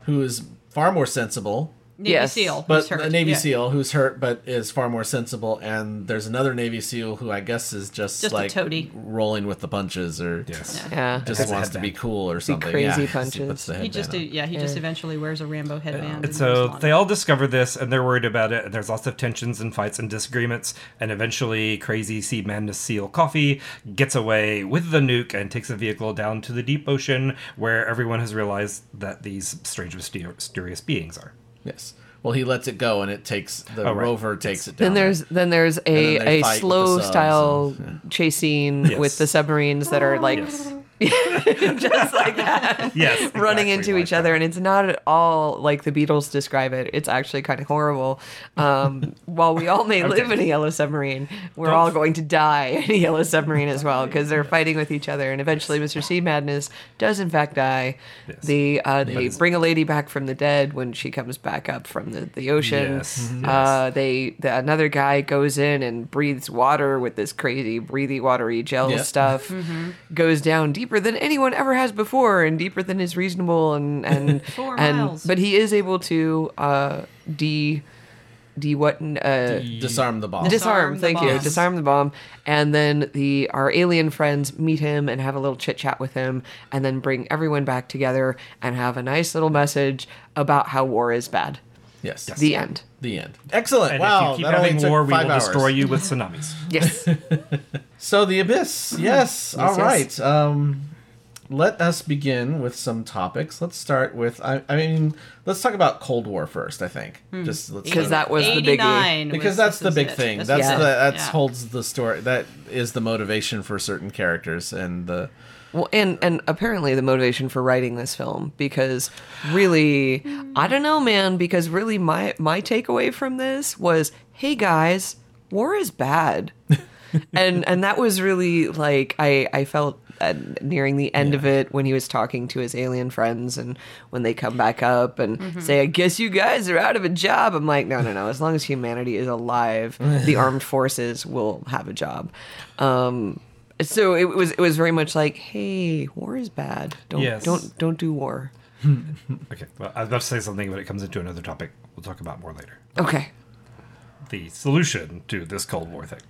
Speaker 1: who is far more sensible,
Speaker 4: Navy
Speaker 3: Yes.
Speaker 4: SEAL.
Speaker 1: but
Speaker 4: who's hurt.
Speaker 1: a Navy
Speaker 4: Yeah.
Speaker 1: SEAL who's hurt, but is far more sensible. And there's another Navy SEAL who I guess is just,
Speaker 4: Just a
Speaker 1: like
Speaker 4: toady.
Speaker 1: rolling with the punches or
Speaker 2: Yes.
Speaker 3: yeah
Speaker 1: just
Speaker 2: Has a
Speaker 1: wants to be
Speaker 2: headband.
Speaker 1: cool or something.
Speaker 3: crazy
Speaker 1: yeah.
Speaker 3: punches.
Speaker 1: puts the
Speaker 4: He
Speaker 1: headband
Speaker 4: just
Speaker 1: on.
Speaker 4: do, yeah, he
Speaker 3: uh,
Speaker 4: just eventually wears a Rambo headband.
Speaker 2: And
Speaker 4: and
Speaker 2: so
Speaker 4: goes on.
Speaker 2: they all discover this and they're worried about it. And there's lots of tensions and fights and disagreements. And eventually, crazy sea madness seal Coffee gets away with the nuke and takes a vehicle down to the deep ocean where everyone has realized that these strange, myster- mysterious beings are.
Speaker 1: Yes. Well, he lets it go, and it takes the
Speaker 2: Oh, right.
Speaker 1: rover takes it down.
Speaker 3: then there's then there's a,
Speaker 1: then they fight
Speaker 3: a
Speaker 1: with the
Speaker 3: slow
Speaker 1: subs
Speaker 3: style chase scene
Speaker 2: Yes.
Speaker 3: with the submarines that are like
Speaker 2: Yes.
Speaker 3: just like that
Speaker 2: Yes.
Speaker 3: running
Speaker 2: exactly
Speaker 3: into
Speaker 2: like
Speaker 3: each
Speaker 2: that.
Speaker 3: other and it's not at all like the beatles describe it it's actually kind of horrible um, while we all may live in a yellow submarine we're
Speaker 2: Don't
Speaker 3: all
Speaker 2: f-
Speaker 3: going to die in a yellow submarine as well because they're fighting with each other and eventually mr sea madness does in fact die
Speaker 2: Yes.
Speaker 3: they, uh, they
Speaker 2: Yes.
Speaker 3: bring a lady back from the dead when she comes back up from the, the ocean
Speaker 2: Yes, Mhm.
Speaker 3: Uh, they the, another guy goes in and breathes water with this crazy breathy watery gel
Speaker 1: Yeah.
Speaker 3: stuff
Speaker 4: Mm-hmm.
Speaker 3: goes down deeper than anyone ever has before and deeper than is reasonable and and
Speaker 4: Four
Speaker 3: and
Speaker 4: miles.
Speaker 3: but he is able to uh de D what? Uh,
Speaker 1: Disarm the bomb.
Speaker 3: disarm.
Speaker 4: Disarm the
Speaker 3: thank you.
Speaker 4: bomb.
Speaker 3: Disarm the bomb, and then the our alien friends meet him and have a little chit chat with him, and then bring everyone back together and have a nice little message about how war is bad.
Speaker 1: yes. The,
Speaker 3: The end.
Speaker 1: end. Excellent.
Speaker 2: And
Speaker 1: wow.
Speaker 2: if you keep
Speaker 1: that only
Speaker 2: having
Speaker 1: took
Speaker 2: war, we
Speaker 1: five
Speaker 2: will
Speaker 1: hours.
Speaker 2: destroy you with tsunamis.
Speaker 3: Yes.
Speaker 1: So the abyss.
Speaker 2: Hmm.
Speaker 1: Yes. All
Speaker 3: Yes,
Speaker 1: right.
Speaker 3: yes.
Speaker 1: Um, let us begin with some topics. Let's start with. I, I mean, let's talk about Cold War first. I think.
Speaker 4: Hmm.
Speaker 1: Just let's
Speaker 3: Because that was the biggie.
Speaker 4: 89
Speaker 1: because
Speaker 4: was-
Speaker 1: that's
Speaker 4: this
Speaker 1: the big
Speaker 4: is it.
Speaker 1: thing.
Speaker 4: This
Speaker 1: That's
Speaker 4: is
Speaker 1: the,
Speaker 4: it.
Speaker 1: that
Speaker 4: Yeah.
Speaker 1: holds the story. That is the motivation for certain characters and the
Speaker 3: Well, and and apparently the motivation for writing this film because really, I don't know, man. Because really, my my takeaway from this was, hey guys, war is bad, and and that was really like I I felt at, nearing the end of it when he was talking to his alien friends and when they come back up and say, I guess you guys are out of a job. I'm like, no, no, no. As long as humanity is alive, the armed forces will have a job. Um, so it was it was very much like, hey, war is bad. Don't
Speaker 2: Yes.
Speaker 3: don't don't do war.
Speaker 2: Okay, well, I was about to say something, but it comes into another topic we'll talk about more later.
Speaker 3: Okay.
Speaker 2: The solution to this Cold War thing.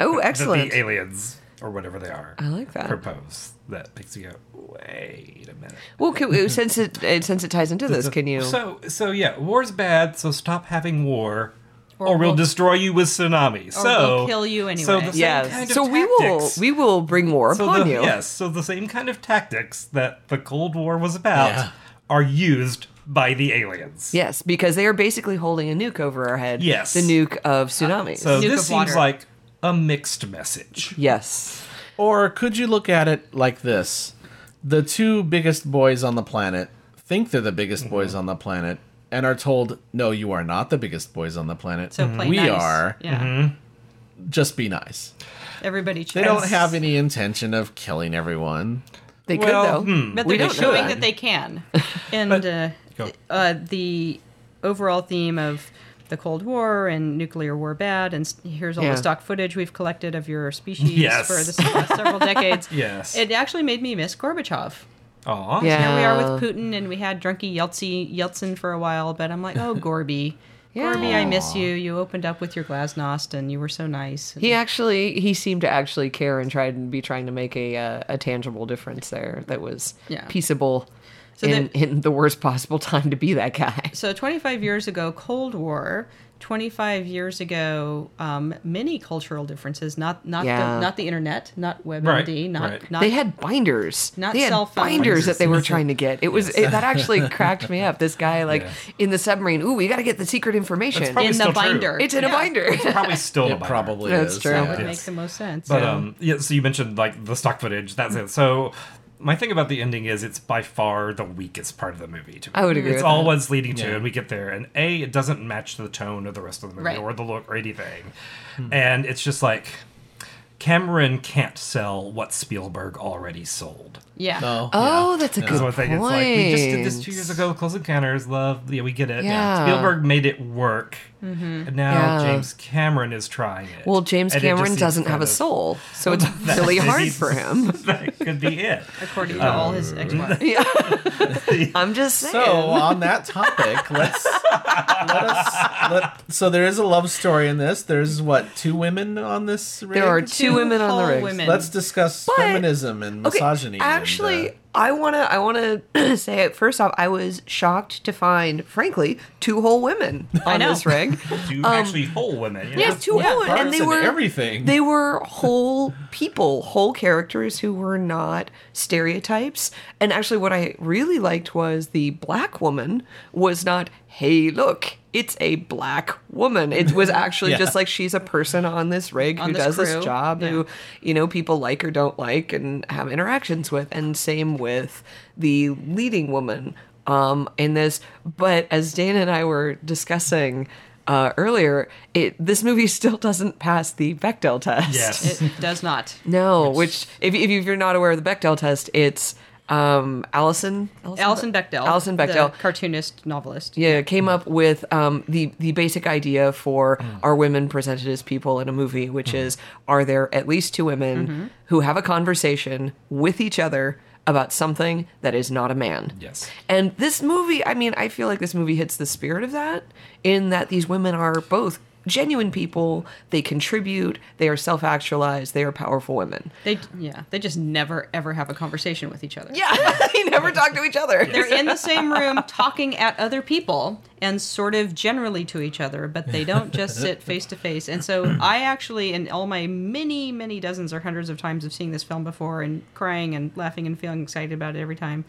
Speaker 3: Oh,
Speaker 2: That
Speaker 3: excellent.
Speaker 2: the aliens, or whatever they are, I
Speaker 3: like that.
Speaker 2: propose. That makes you go, wait a minute.
Speaker 3: Well, can we, since it uh, since it ties into this, can you?
Speaker 2: So, so yeah, war's bad. So stop having war, or,
Speaker 4: Or
Speaker 2: we'll,
Speaker 4: we'll-
Speaker 2: destroy you with tsunami. so
Speaker 4: we'll kill you
Speaker 2: So
Speaker 4: anyway.
Speaker 2: the same
Speaker 3: yes.
Speaker 2: kind of
Speaker 3: so we will
Speaker 2: tactics-
Speaker 3: we will bring war
Speaker 2: so
Speaker 3: upon
Speaker 2: the,
Speaker 3: you.
Speaker 2: Yes. So the same kind of tactics that the Cold War was about
Speaker 1: Yeah.
Speaker 2: are used by the aliens.
Speaker 3: Yes, because they are basically holding a nuke over our head.
Speaker 2: Yes. Uh,
Speaker 3: The nuke of tsunamis.
Speaker 2: So
Speaker 4: Nuke
Speaker 2: this
Speaker 4: of
Speaker 2: seems
Speaker 4: water.
Speaker 2: like a mixed message.
Speaker 3: yes.
Speaker 1: Or could you look at it like this? The two biggest boys on the planet think they're the biggest boys on the planet and are told, "No, you are not the biggest boys on the planet.
Speaker 4: so play
Speaker 1: we
Speaker 4: nice.
Speaker 1: are. Mm-hmm.
Speaker 4: Yeah.
Speaker 1: Just be nice."
Speaker 4: Everybody.
Speaker 1: They don't have any intention of killing everyone.
Speaker 3: They
Speaker 2: Well, hmm.
Speaker 3: could though.
Speaker 4: But
Speaker 3: We
Speaker 4: they're
Speaker 3: don't know
Speaker 4: showing
Speaker 3: that.
Speaker 4: that. they can. And uh,
Speaker 2: Go.
Speaker 4: uh, the overall theme of the Cold War and nuclear war bad, and s- here's all
Speaker 3: Yeah.
Speaker 4: the stock footage we've collected of your species
Speaker 2: Yes.
Speaker 4: for the s- last several decades.
Speaker 2: Yes.
Speaker 4: It actually made me miss Gorbachev.
Speaker 2: Aw.
Speaker 3: Yeah.
Speaker 4: Here we are
Speaker 3: Oh.
Speaker 4: with Putin, and we had drunky Yeltsin, Yeltsin for a while, but I'm like, oh, Gorby. Gorby, I miss you. You opened up with your glasnost, and you were so nice.
Speaker 3: He actually he seemed to actually care and tried to be trying to make a uh, a tangible difference there that was
Speaker 4: Yeah.
Speaker 3: peaceable
Speaker 4: So
Speaker 3: in,
Speaker 4: that-
Speaker 3: in the worst possible time to be that guy.
Speaker 4: So 25 years ago, Cold War. 25 years ago, um, many cultural differences. Not not
Speaker 3: Yeah.
Speaker 4: the, not the internet, not WebMD,
Speaker 2: Right,
Speaker 4: not
Speaker 2: right.
Speaker 4: not
Speaker 3: They had binders.
Speaker 4: Not
Speaker 3: they had
Speaker 4: cell phones.
Speaker 3: binders that they were trying to get. It was it, that actually cracked me up. This guy like
Speaker 2: Yes.
Speaker 3: in the submarine. Ooh, we got to get the secret information.
Speaker 2: probably
Speaker 4: in
Speaker 2: still
Speaker 4: the
Speaker 2: true.
Speaker 4: binder.
Speaker 3: It's in a
Speaker 4: Yeah.
Speaker 3: binder.
Speaker 2: Probably still a
Speaker 1: It
Speaker 2: binder.
Speaker 1: probably
Speaker 3: That's
Speaker 1: is.
Speaker 3: true.
Speaker 4: That would
Speaker 1: yeah.
Speaker 4: make the most sense.
Speaker 2: But
Speaker 4: yeah.
Speaker 2: um, yeah. So you mentioned like the stock footage. That's it. So my thing about the ending is it's by far the weakest part of the movie. To me.
Speaker 3: I would agree
Speaker 2: It's
Speaker 3: with
Speaker 2: all
Speaker 3: that.
Speaker 2: what's leading to,
Speaker 1: Yeah.
Speaker 2: and we get there, and a it doesn't match the tone of the rest of the movie
Speaker 4: Right.
Speaker 2: or the look or anything, and it's just like Cameron can't sell what Spielberg already sold.
Speaker 4: yeah.
Speaker 1: No.
Speaker 3: Oh, that's a good
Speaker 2: That's what I
Speaker 3: point.
Speaker 2: think. It's like we just did this two years ago. Close Encounters, love. Yeah, we get it.
Speaker 3: Yeah. Mm-hmm.
Speaker 2: Spielberg made it work, and now
Speaker 3: Yeah.
Speaker 2: James Cameron is trying it.
Speaker 3: Well, James
Speaker 2: And it just
Speaker 3: Cameron
Speaker 2: seems
Speaker 3: doesn't have
Speaker 2: kind
Speaker 3: a
Speaker 2: of-
Speaker 3: soul, so it's
Speaker 2: That-
Speaker 3: really hard
Speaker 2: he's-
Speaker 3: for him.
Speaker 2: that could be it.
Speaker 4: According to all his ex-wives.
Speaker 3: Yeah. I'm just saying.
Speaker 1: So on that topic, let's let us. Let, so there is a love story in this. There's what two women on this. Rig?
Speaker 3: there are two, women on the
Speaker 4: whole
Speaker 3: rig.
Speaker 4: women.
Speaker 1: Let's discuss
Speaker 3: But-
Speaker 1: feminism and misogyny. and, uh,
Speaker 3: Actually, I wanna I wanna say it first off. I was shocked to find, frankly, two whole women on
Speaker 4: know.
Speaker 3: this rig.
Speaker 2: Two actually whole women. you
Speaker 3: Um, Yes,
Speaker 2: know?
Speaker 3: two
Speaker 4: Yeah,
Speaker 3: whole,
Speaker 1: parts
Speaker 3: and they
Speaker 1: and
Speaker 3: were
Speaker 1: everything.
Speaker 3: They were whole people, whole characters who were not stereotypes. And actually, what I really liked was the black woman was not. Hey, look. It's a black woman. It was actually
Speaker 1: Yeah.
Speaker 3: just like she's a person on this rig
Speaker 4: On
Speaker 3: who
Speaker 4: this
Speaker 3: does this
Speaker 4: crew.
Speaker 3: job, who, you know, people like or don't like and have interactions with. And same with the leading woman um, in this. But as Dana and I were discussing uh, earlier, it, this movie still doesn't pass the Bechdel test.
Speaker 2: Yes.
Speaker 4: It does not.
Speaker 3: No, which, if, if you're not aware of the Bechdel test, it's um, Allison.
Speaker 4: Alison Bechdel.
Speaker 3: Alison
Speaker 4: the
Speaker 3: Bechdel.
Speaker 4: cartoonist, novelist.
Speaker 3: Yeah, came up with um, the the basic idea for
Speaker 2: Mm.
Speaker 3: are women presented as people in a movie,
Speaker 2: Mm-hmm.
Speaker 3: which is are there at least two women who have a conversation with each other about something that is not a man.
Speaker 2: Yes.
Speaker 3: And this movie, I mean, I feel like this movie hits the spirit of that in that these women are both genuine people, they contribute, they are self actualized, they are powerful women.
Speaker 4: They yeah, they just never ever have a conversation with each other.
Speaker 3: Yeah, they never talk to each other.
Speaker 4: They're in the same room talking at other people and sort of generally to each other, but they don't just sit face to face. And so I actually, in all my many, many dozens or hundreds of times of seeing this film before and crying and laughing and feeling excited about it every time,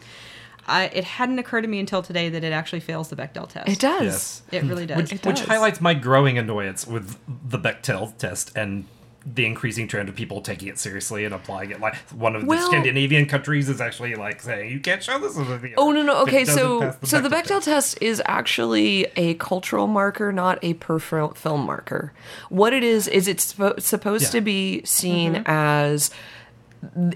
Speaker 4: I, it hadn't occurred to me until today that it actually fails the Bechdel test.
Speaker 3: It does.
Speaker 2: Yes.
Speaker 4: It really does.
Speaker 2: Which, which
Speaker 3: does.
Speaker 2: highlights my growing annoyance with the Bechtel test and the increasing trend of people taking it seriously and applying it. Like one of the
Speaker 3: Well-
Speaker 2: Scandinavian countries is actually like saying you can't show this as a theater.
Speaker 3: Oh no no
Speaker 2: if it
Speaker 3: okay
Speaker 2: doesn't
Speaker 3: so
Speaker 2: pass
Speaker 3: so the Bechdel
Speaker 2: test.
Speaker 3: test is actually a cultural marker not a per fil- film marker. What it is is it's spo- supposed
Speaker 2: Yeah.
Speaker 3: to be seen as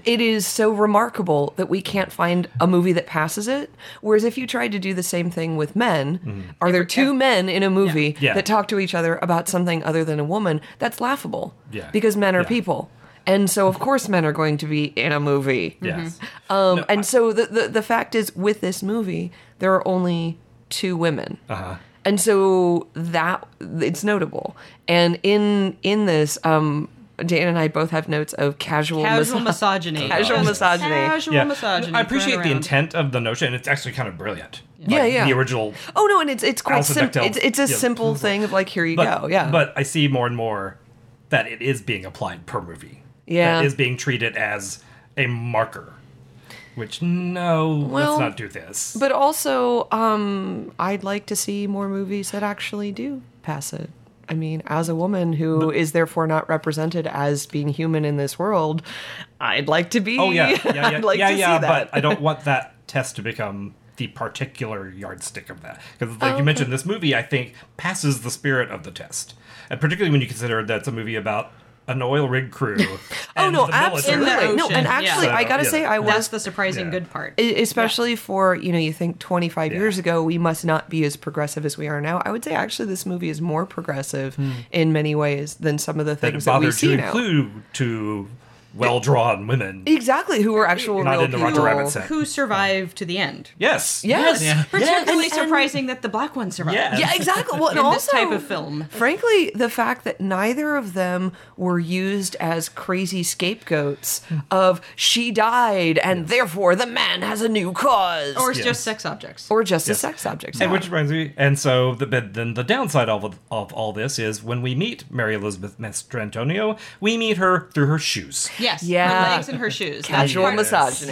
Speaker 3: it is so remarkable that we can't find a movie that passes it. Whereas if you tried to do the same thing with men, are there two men in a movie
Speaker 2: Mm-hmm. Yeah.
Speaker 3: that talk to each other about something other than a woman? That's laughable.
Speaker 2: Yeah.
Speaker 3: Because men are
Speaker 2: Yeah.
Speaker 3: people. And so of course men are going to be in a movie.
Speaker 2: Yes.
Speaker 3: Um,
Speaker 2: No,
Speaker 3: and
Speaker 2: I-
Speaker 3: so the, the the fact is, with this movie, there are only two women,
Speaker 2: Uh-huh.
Speaker 3: and so that it's notable. And in in this, um, Dan and I both have notes of casual,
Speaker 4: casual
Speaker 3: mis-
Speaker 4: misogyny.
Speaker 3: Casual
Speaker 4: Just
Speaker 3: misogyny.
Speaker 4: Casual
Speaker 2: Yeah.
Speaker 4: misogyny.
Speaker 2: I appreciate
Speaker 4: thrown
Speaker 2: the
Speaker 4: around.
Speaker 2: intent of the notion. and It's actually kind of brilliant.
Speaker 3: Yeah, yeah.
Speaker 2: The original
Speaker 3: Oh no, and it's it's quite
Speaker 2: Alpha
Speaker 3: simple.
Speaker 2: Ductile.
Speaker 3: It's it's a
Speaker 2: Yeah. Mm-hmm.
Speaker 3: simple thing of like, here you
Speaker 2: but,
Speaker 3: go, yeah.
Speaker 2: But I see more and more that it is being applied per movie.
Speaker 3: Yeah.
Speaker 2: That is being treated as a marker. Which no,
Speaker 3: Well,
Speaker 2: let's not do this.
Speaker 3: but also, um, I'd like to see more movies that actually do pass it. I mean, as a woman who is therefore not represented as being human in this world, I'd like to be.
Speaker 2: Oh yeah, yeah, yeah,
Speaker 3: I'd like
Speaker 2: yeah,
Speaker 3: to
Speaker 2: yeah.
Speaker 3: see that.
Speaker 2: But I don't want that test to become the particular yardstick of that because, like
Speaker 3: Oh, okay.
Speaker 2: you mentioned, this movie I think passes the spirit of the test, and particularly when you consider that's a movie about an oil rig crew.
Speaker 3: Oh
Speaker 2: and
Speaker 3: no,
Speaker 2: the military.
Speaker 3: absolutely.
Speaker 4: In the
Speaker 3: no, and
Speaker 4: ocean,
Speaker 3: actually,
Speaker 2: yeah.
Speaker 3: I gotta
Speaker 2: Yeah.
Speaker 3: say, I
Speaker 4: That's
Speaker 3: was
Speaker 4: the surprising
Speaker 2: Yeah.
Speaker 4: good part.
Speaker 3: e- especially for you know, you think 25
Speaker 2: Yeah.
Speaker 3: years ago we must not be as progressive as we are now. I would say actually this movie is more progressive in many ways than some of the
Speaker 2: Hmm. That it
Speaker 3: things that, we
Speaker 2: bothered to
Speaker 3: see now.
Speaker 2: include to well-drawn women.
Speaker 3: Exactly, who are actual
Speaker 2: Not
Speaker 3: real
Speaker 2: in the
Speaker 3: people.
Speaker 2: Roger Rabbit sense.
Speaker 4: who survived to the end.
Speaker 2: Yes.
Speaker 3: Yes,
Speaker 1: Yeah.
Speaker 4: Particularly
Speaker 3: Yes.
Speaker 4: surprising that the black one survived.
Speaker 2: Yeah.
Speaker 3: yeah, exactly. Well, and
Speaker 4: In
Speaker 3: also
Speaker 4: this type of film.
Speaker 3: Frankly, the fact that neither of them were used as crazy scapegoats
Speaker 4: Hmm.
Speaker 3: of she died and therefore the man has a new cause,
Speaker 4: Or
Speaker 3: or,
Speaker 4: it's just sex objects.
Speaker 3: just a sex object.
Speaker 2: And
Speaker 3: yeah.
Speaker 2: which reminds me, and so the but then the downside of, of all this is when we meet Mary Elizabeth Mastrantonio, we meet her through her shoes.
Speaker 4: yes.
Speaker 3: Yeah.
Speaker 4: Her legs and her shoes. That's
Speaker 3: Casual
Speaker 4: part-
Speaker 3: misogyny.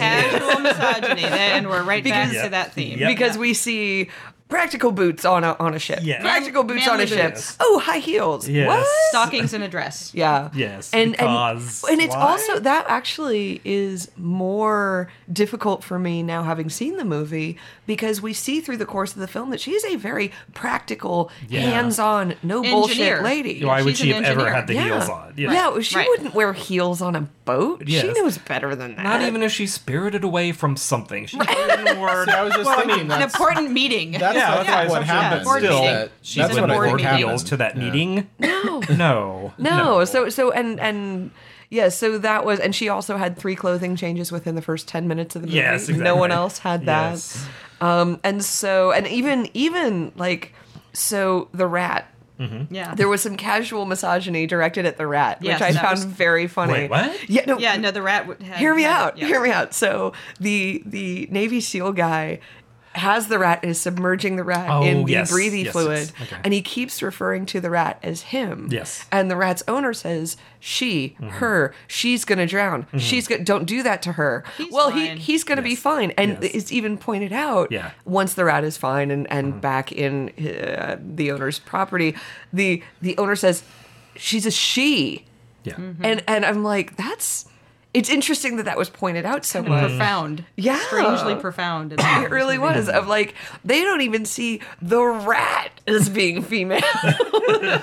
Speaker 4: Casual misogyny. And we're right back
Speaker 2: Because-
Speaker 4: to that theme.
Speaker 2: Yep.
Speaker 3: because we see practical boots on a on a ship.
Speaker 2: Yeah.
Speaker 3: Practical boots on
Speaker 4: Manly
Speaker 3: a ship.
Speaker 2: boots.
Speaker 3: Oh, high heels.
Speaker 2: Yes.
Speaker 3: What?
Speaker 4: Stockings and a dress.
Speaker 3: Yeah.
Speaker 2: Yes,
Speaker 3: And
Speaker 2: because
Speaker 3: and, and it's
Speaker 2: why?
Speaker 3: also that actually is more difficult for me now having seen the movie because we see through the course of the film that she's a very practical,
Speaker 2: Yeah.
Speaker 3: hands-on, no bullshit
Speaker 4: Engineer.
Speaker 3: lady.
Speaker 2: Why would
Speaker 4: she's
Speaker 2: she have
Speaker 4: an
Speaker 2: ever
Speaker 4: engineer.
Speaker 2: had the
Speaker 3: yeah.
Speaker 2: heels on?
Speaker 3: Yeah,
Speaker 2: Yeah.
Speaker 3: she
Speaker 4: Right.
Speaker 3: wouldn't wear heels on a boat. She
Speaker 2: Yes.
Speaker 3: knows better than that.
Speaker 2: Not even if she's spirited away from something. She word.
Speaker 1: I was just thinking
Speaker 4: An
Speaker 1: that's,
Speaker 4: important meeting.
Speaker 1: that's,
Speaker 2: yeah,
Speaker 1: like
Speaker 2: that's why I
Speaker 1: what
Speaker 2: assumed
Speaker 1: happened.
Speaker 4: board
Speaker 2: Still,
Speaker 4: meeting.
Speaker 1: That-
Speaker 2: she's
Speaker 1: that's
Speaker 2: in
Speaker 1: what I
Speaker 2: board
Speaker 1: think
Speaker 2: heels
Speaker 1: happened.
Speaker 2: to that meeting. No, no,
Speaker 3: No, so so and and yes, so that was and she also had three clothing changes within the first 10 minutes of the movie.
Speaker 2: Yes,
Speaker 3: No one
Speaker 2: exactly.
Speaker 3: else had that.
Speaker 2: Yes.
Speaker 3: Um and so and even even like so the rat
Speaker 4: yeah.
Speaker 3: there was some casual misogyny directed at the rat,
Speaker 4: Yes,
Speaker 3: which I
Speaker 4: that
Speaker 3: found
Speaker 4: was-
Speaker 3: very funny.
Speaker 2: Wait, what?
Speaker 3: Yeah, no,
Speaker 4: yeah, no, the rat would had,
Speaker 3: hear me
Speaker 4: had-
Speaker 3: out.
Speaker 4: yeah.
Speaker 3: Hear me out. So the the Navy SEAL guy has the rat and is submerging the rat
Speaker 2: Oh,
Speaker 3: in the
Speaker 2: yes,
Speaker 3: breathy
Speaker 2: yes, yes.
Speaker 3: fluid,
Speaker 2: Okay.
Speaker 3: and he keeps referring to the rat as him.
Speaker 2: Yes. Mm-hmm.
Speaker 3: And the rat's owner says, "She, her, she's gonna drown. She's gonna don't do that to her."
Speaker 4: He's
Speaker 3: well,
Speaker 4: fine.
Speaker 3: he he's gonna be
Speaker 2: Yes.
Speaker 3: fine, and
Speaker 2: Yes.
Speaker 3: it's even pointed out.
Speaker 2: Yeah. Mm-hmm.
Speaker 3: Once the rat is fine and and back in uh, the owner's property, the the owner says, "She's a she."
Speaker 2: Yeah.
Speaker 3: and and I'm like, that's it's interesting that that was pointed out so much.
Speaker 4: Profound.
Speaker 3: Yeah.
Speaker 4: Strangely profound.
Speaker 3: It really
Speaker 2: Mm-hmm.
Speaker 3: was of like they don't even see the rat as being female.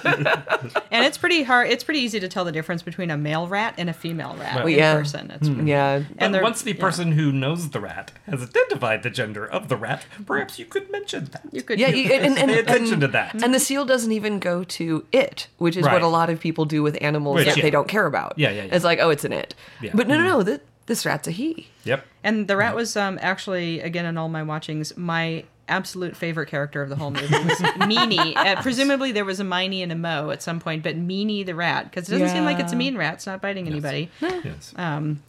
Speaker 4: And it's pretty hard. It's pretty easy to tell the difference between a male rat and a female rat
Speaker 2: Well,
Speaker 4: in
Speaker 3: yeah. Hmm.
Speaker 4: person. It's
Speaker 3: yeah,
Speaker 2: And
Speaker 4: they're-
Speaker 2: once the
Speaker 4: yeah.
Speaker 2: person who knows the rat has identified the gender of the rat, perhaps you could mention that.
Speaker 4: you could
Speaker 3: yeah,
Speaker 4: do
Speaker 3: you- and, and,
Speaker 2: Pay
Speaker 3: and,
Speaker 2: attention
Speaker 3: and-
Speaker 2: to that.
Speaker 3: And the seal doesn't even go to it, which is what
Speaker 2: Right.
Speaker 3: a lot of people do with animals
Speaker 2: Which,
Speaker 3: that
Speaker 2: yeah.
Speaker 3: they don't care about.
Speaker 2: Yeah, yeah, yeah.
Speaker 3: It's like, oh, it's an it.
Speaker 2: Yeah. Mm-hmm.
Speaker 3: But no, no, no. That This rat's a he.
Speaker 2: Yep.
Speaker 4: And the rat was um, actually, again, in all my watchings, my absolute favorite character of the whole movie was Meanie. Uh, presumably, there was a Miney and a Mo at some point, but Meanie the rat, because it doesn't seem like it's a
Speaker 3: Yeah.
Speaker 4: mean rat. It's not biting anybody.
Speaker 2: Yes.
Speaker 4: Um,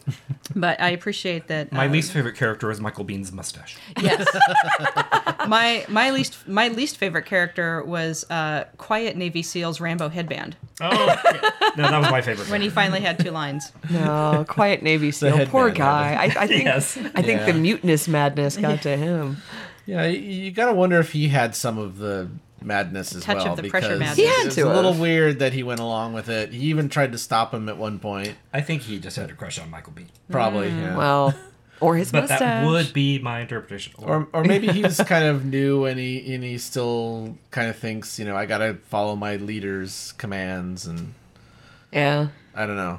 Speaker 4: but I appreciate that.
Speaker 2: My
Speaker 4: uh,
Speaker 2: least favorite character is Michael Bean's mustache.
Speaker 4: Yes. uh, my my least my least favorite character was uh, Quiet Navy SEAL's Rambo headband
Speaker 2: Oh, no, that was my favorite.
Speaker 4: when he finally had two lines.
Speaker 3: No, quiet Navy SEAL.
Speaker 1: headband
Speaker 3: Poor
Speaker 1: of it.
Speaker 3: guy. I, I think
Speaker 2: Yes.
Speaker 3: I think the
Speaker 1: Yeah.
Speaker 3: mutinous madness got to him.
Speaker 1: Yeah, y- you gotta wonder if he had some of the madness as
Speaker 4: Touch of
Speaker 1: well.
Speaker 4: the pressure
Speaker 1: because
Speaker 4: madness. He
Speaker 3: had
Speaker 1: it's
Speaker 3: to
Speaker 1: a little
Speaker 3: have.
Speaker 1: weird that he went along with it. He even tried to stop him at one point.
Speaker 2: I think he just had a crush on Michael Bean.
Speaker 1: Probably.
Speaker 4: Mm,
Speaker 1: yeah.
Speaker 3: Well, or his
Speaker 2: But
Speaker 3: mustache.
Speaker 2: that would be my interpretation.
Speaker 1: or, or maybe he's kind of new and he and he still kind of thinks you know I gotta follow my leader's commands and
Speaker 3: Yeah.
Speaker 1: I don't know,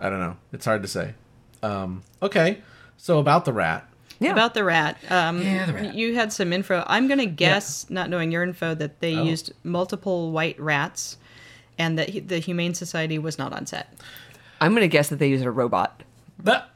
Speaker 1: I don't know. It's hard to say. Um, okay, so about the rat,
Speaker 3: Yeah.
Speaker 4: About the rat. Um,
Speaker 2: Yeah, the rat.
Speaker 4: You had some info. I'm going to guess, not knowing your info, that they
Speaker 1: Oh.
Speaker 4: used multiple white rats and that he, the Humane Society was not on set.
Speaker 3: I'm gonna guess that they used a robot.
Speaker 2: But-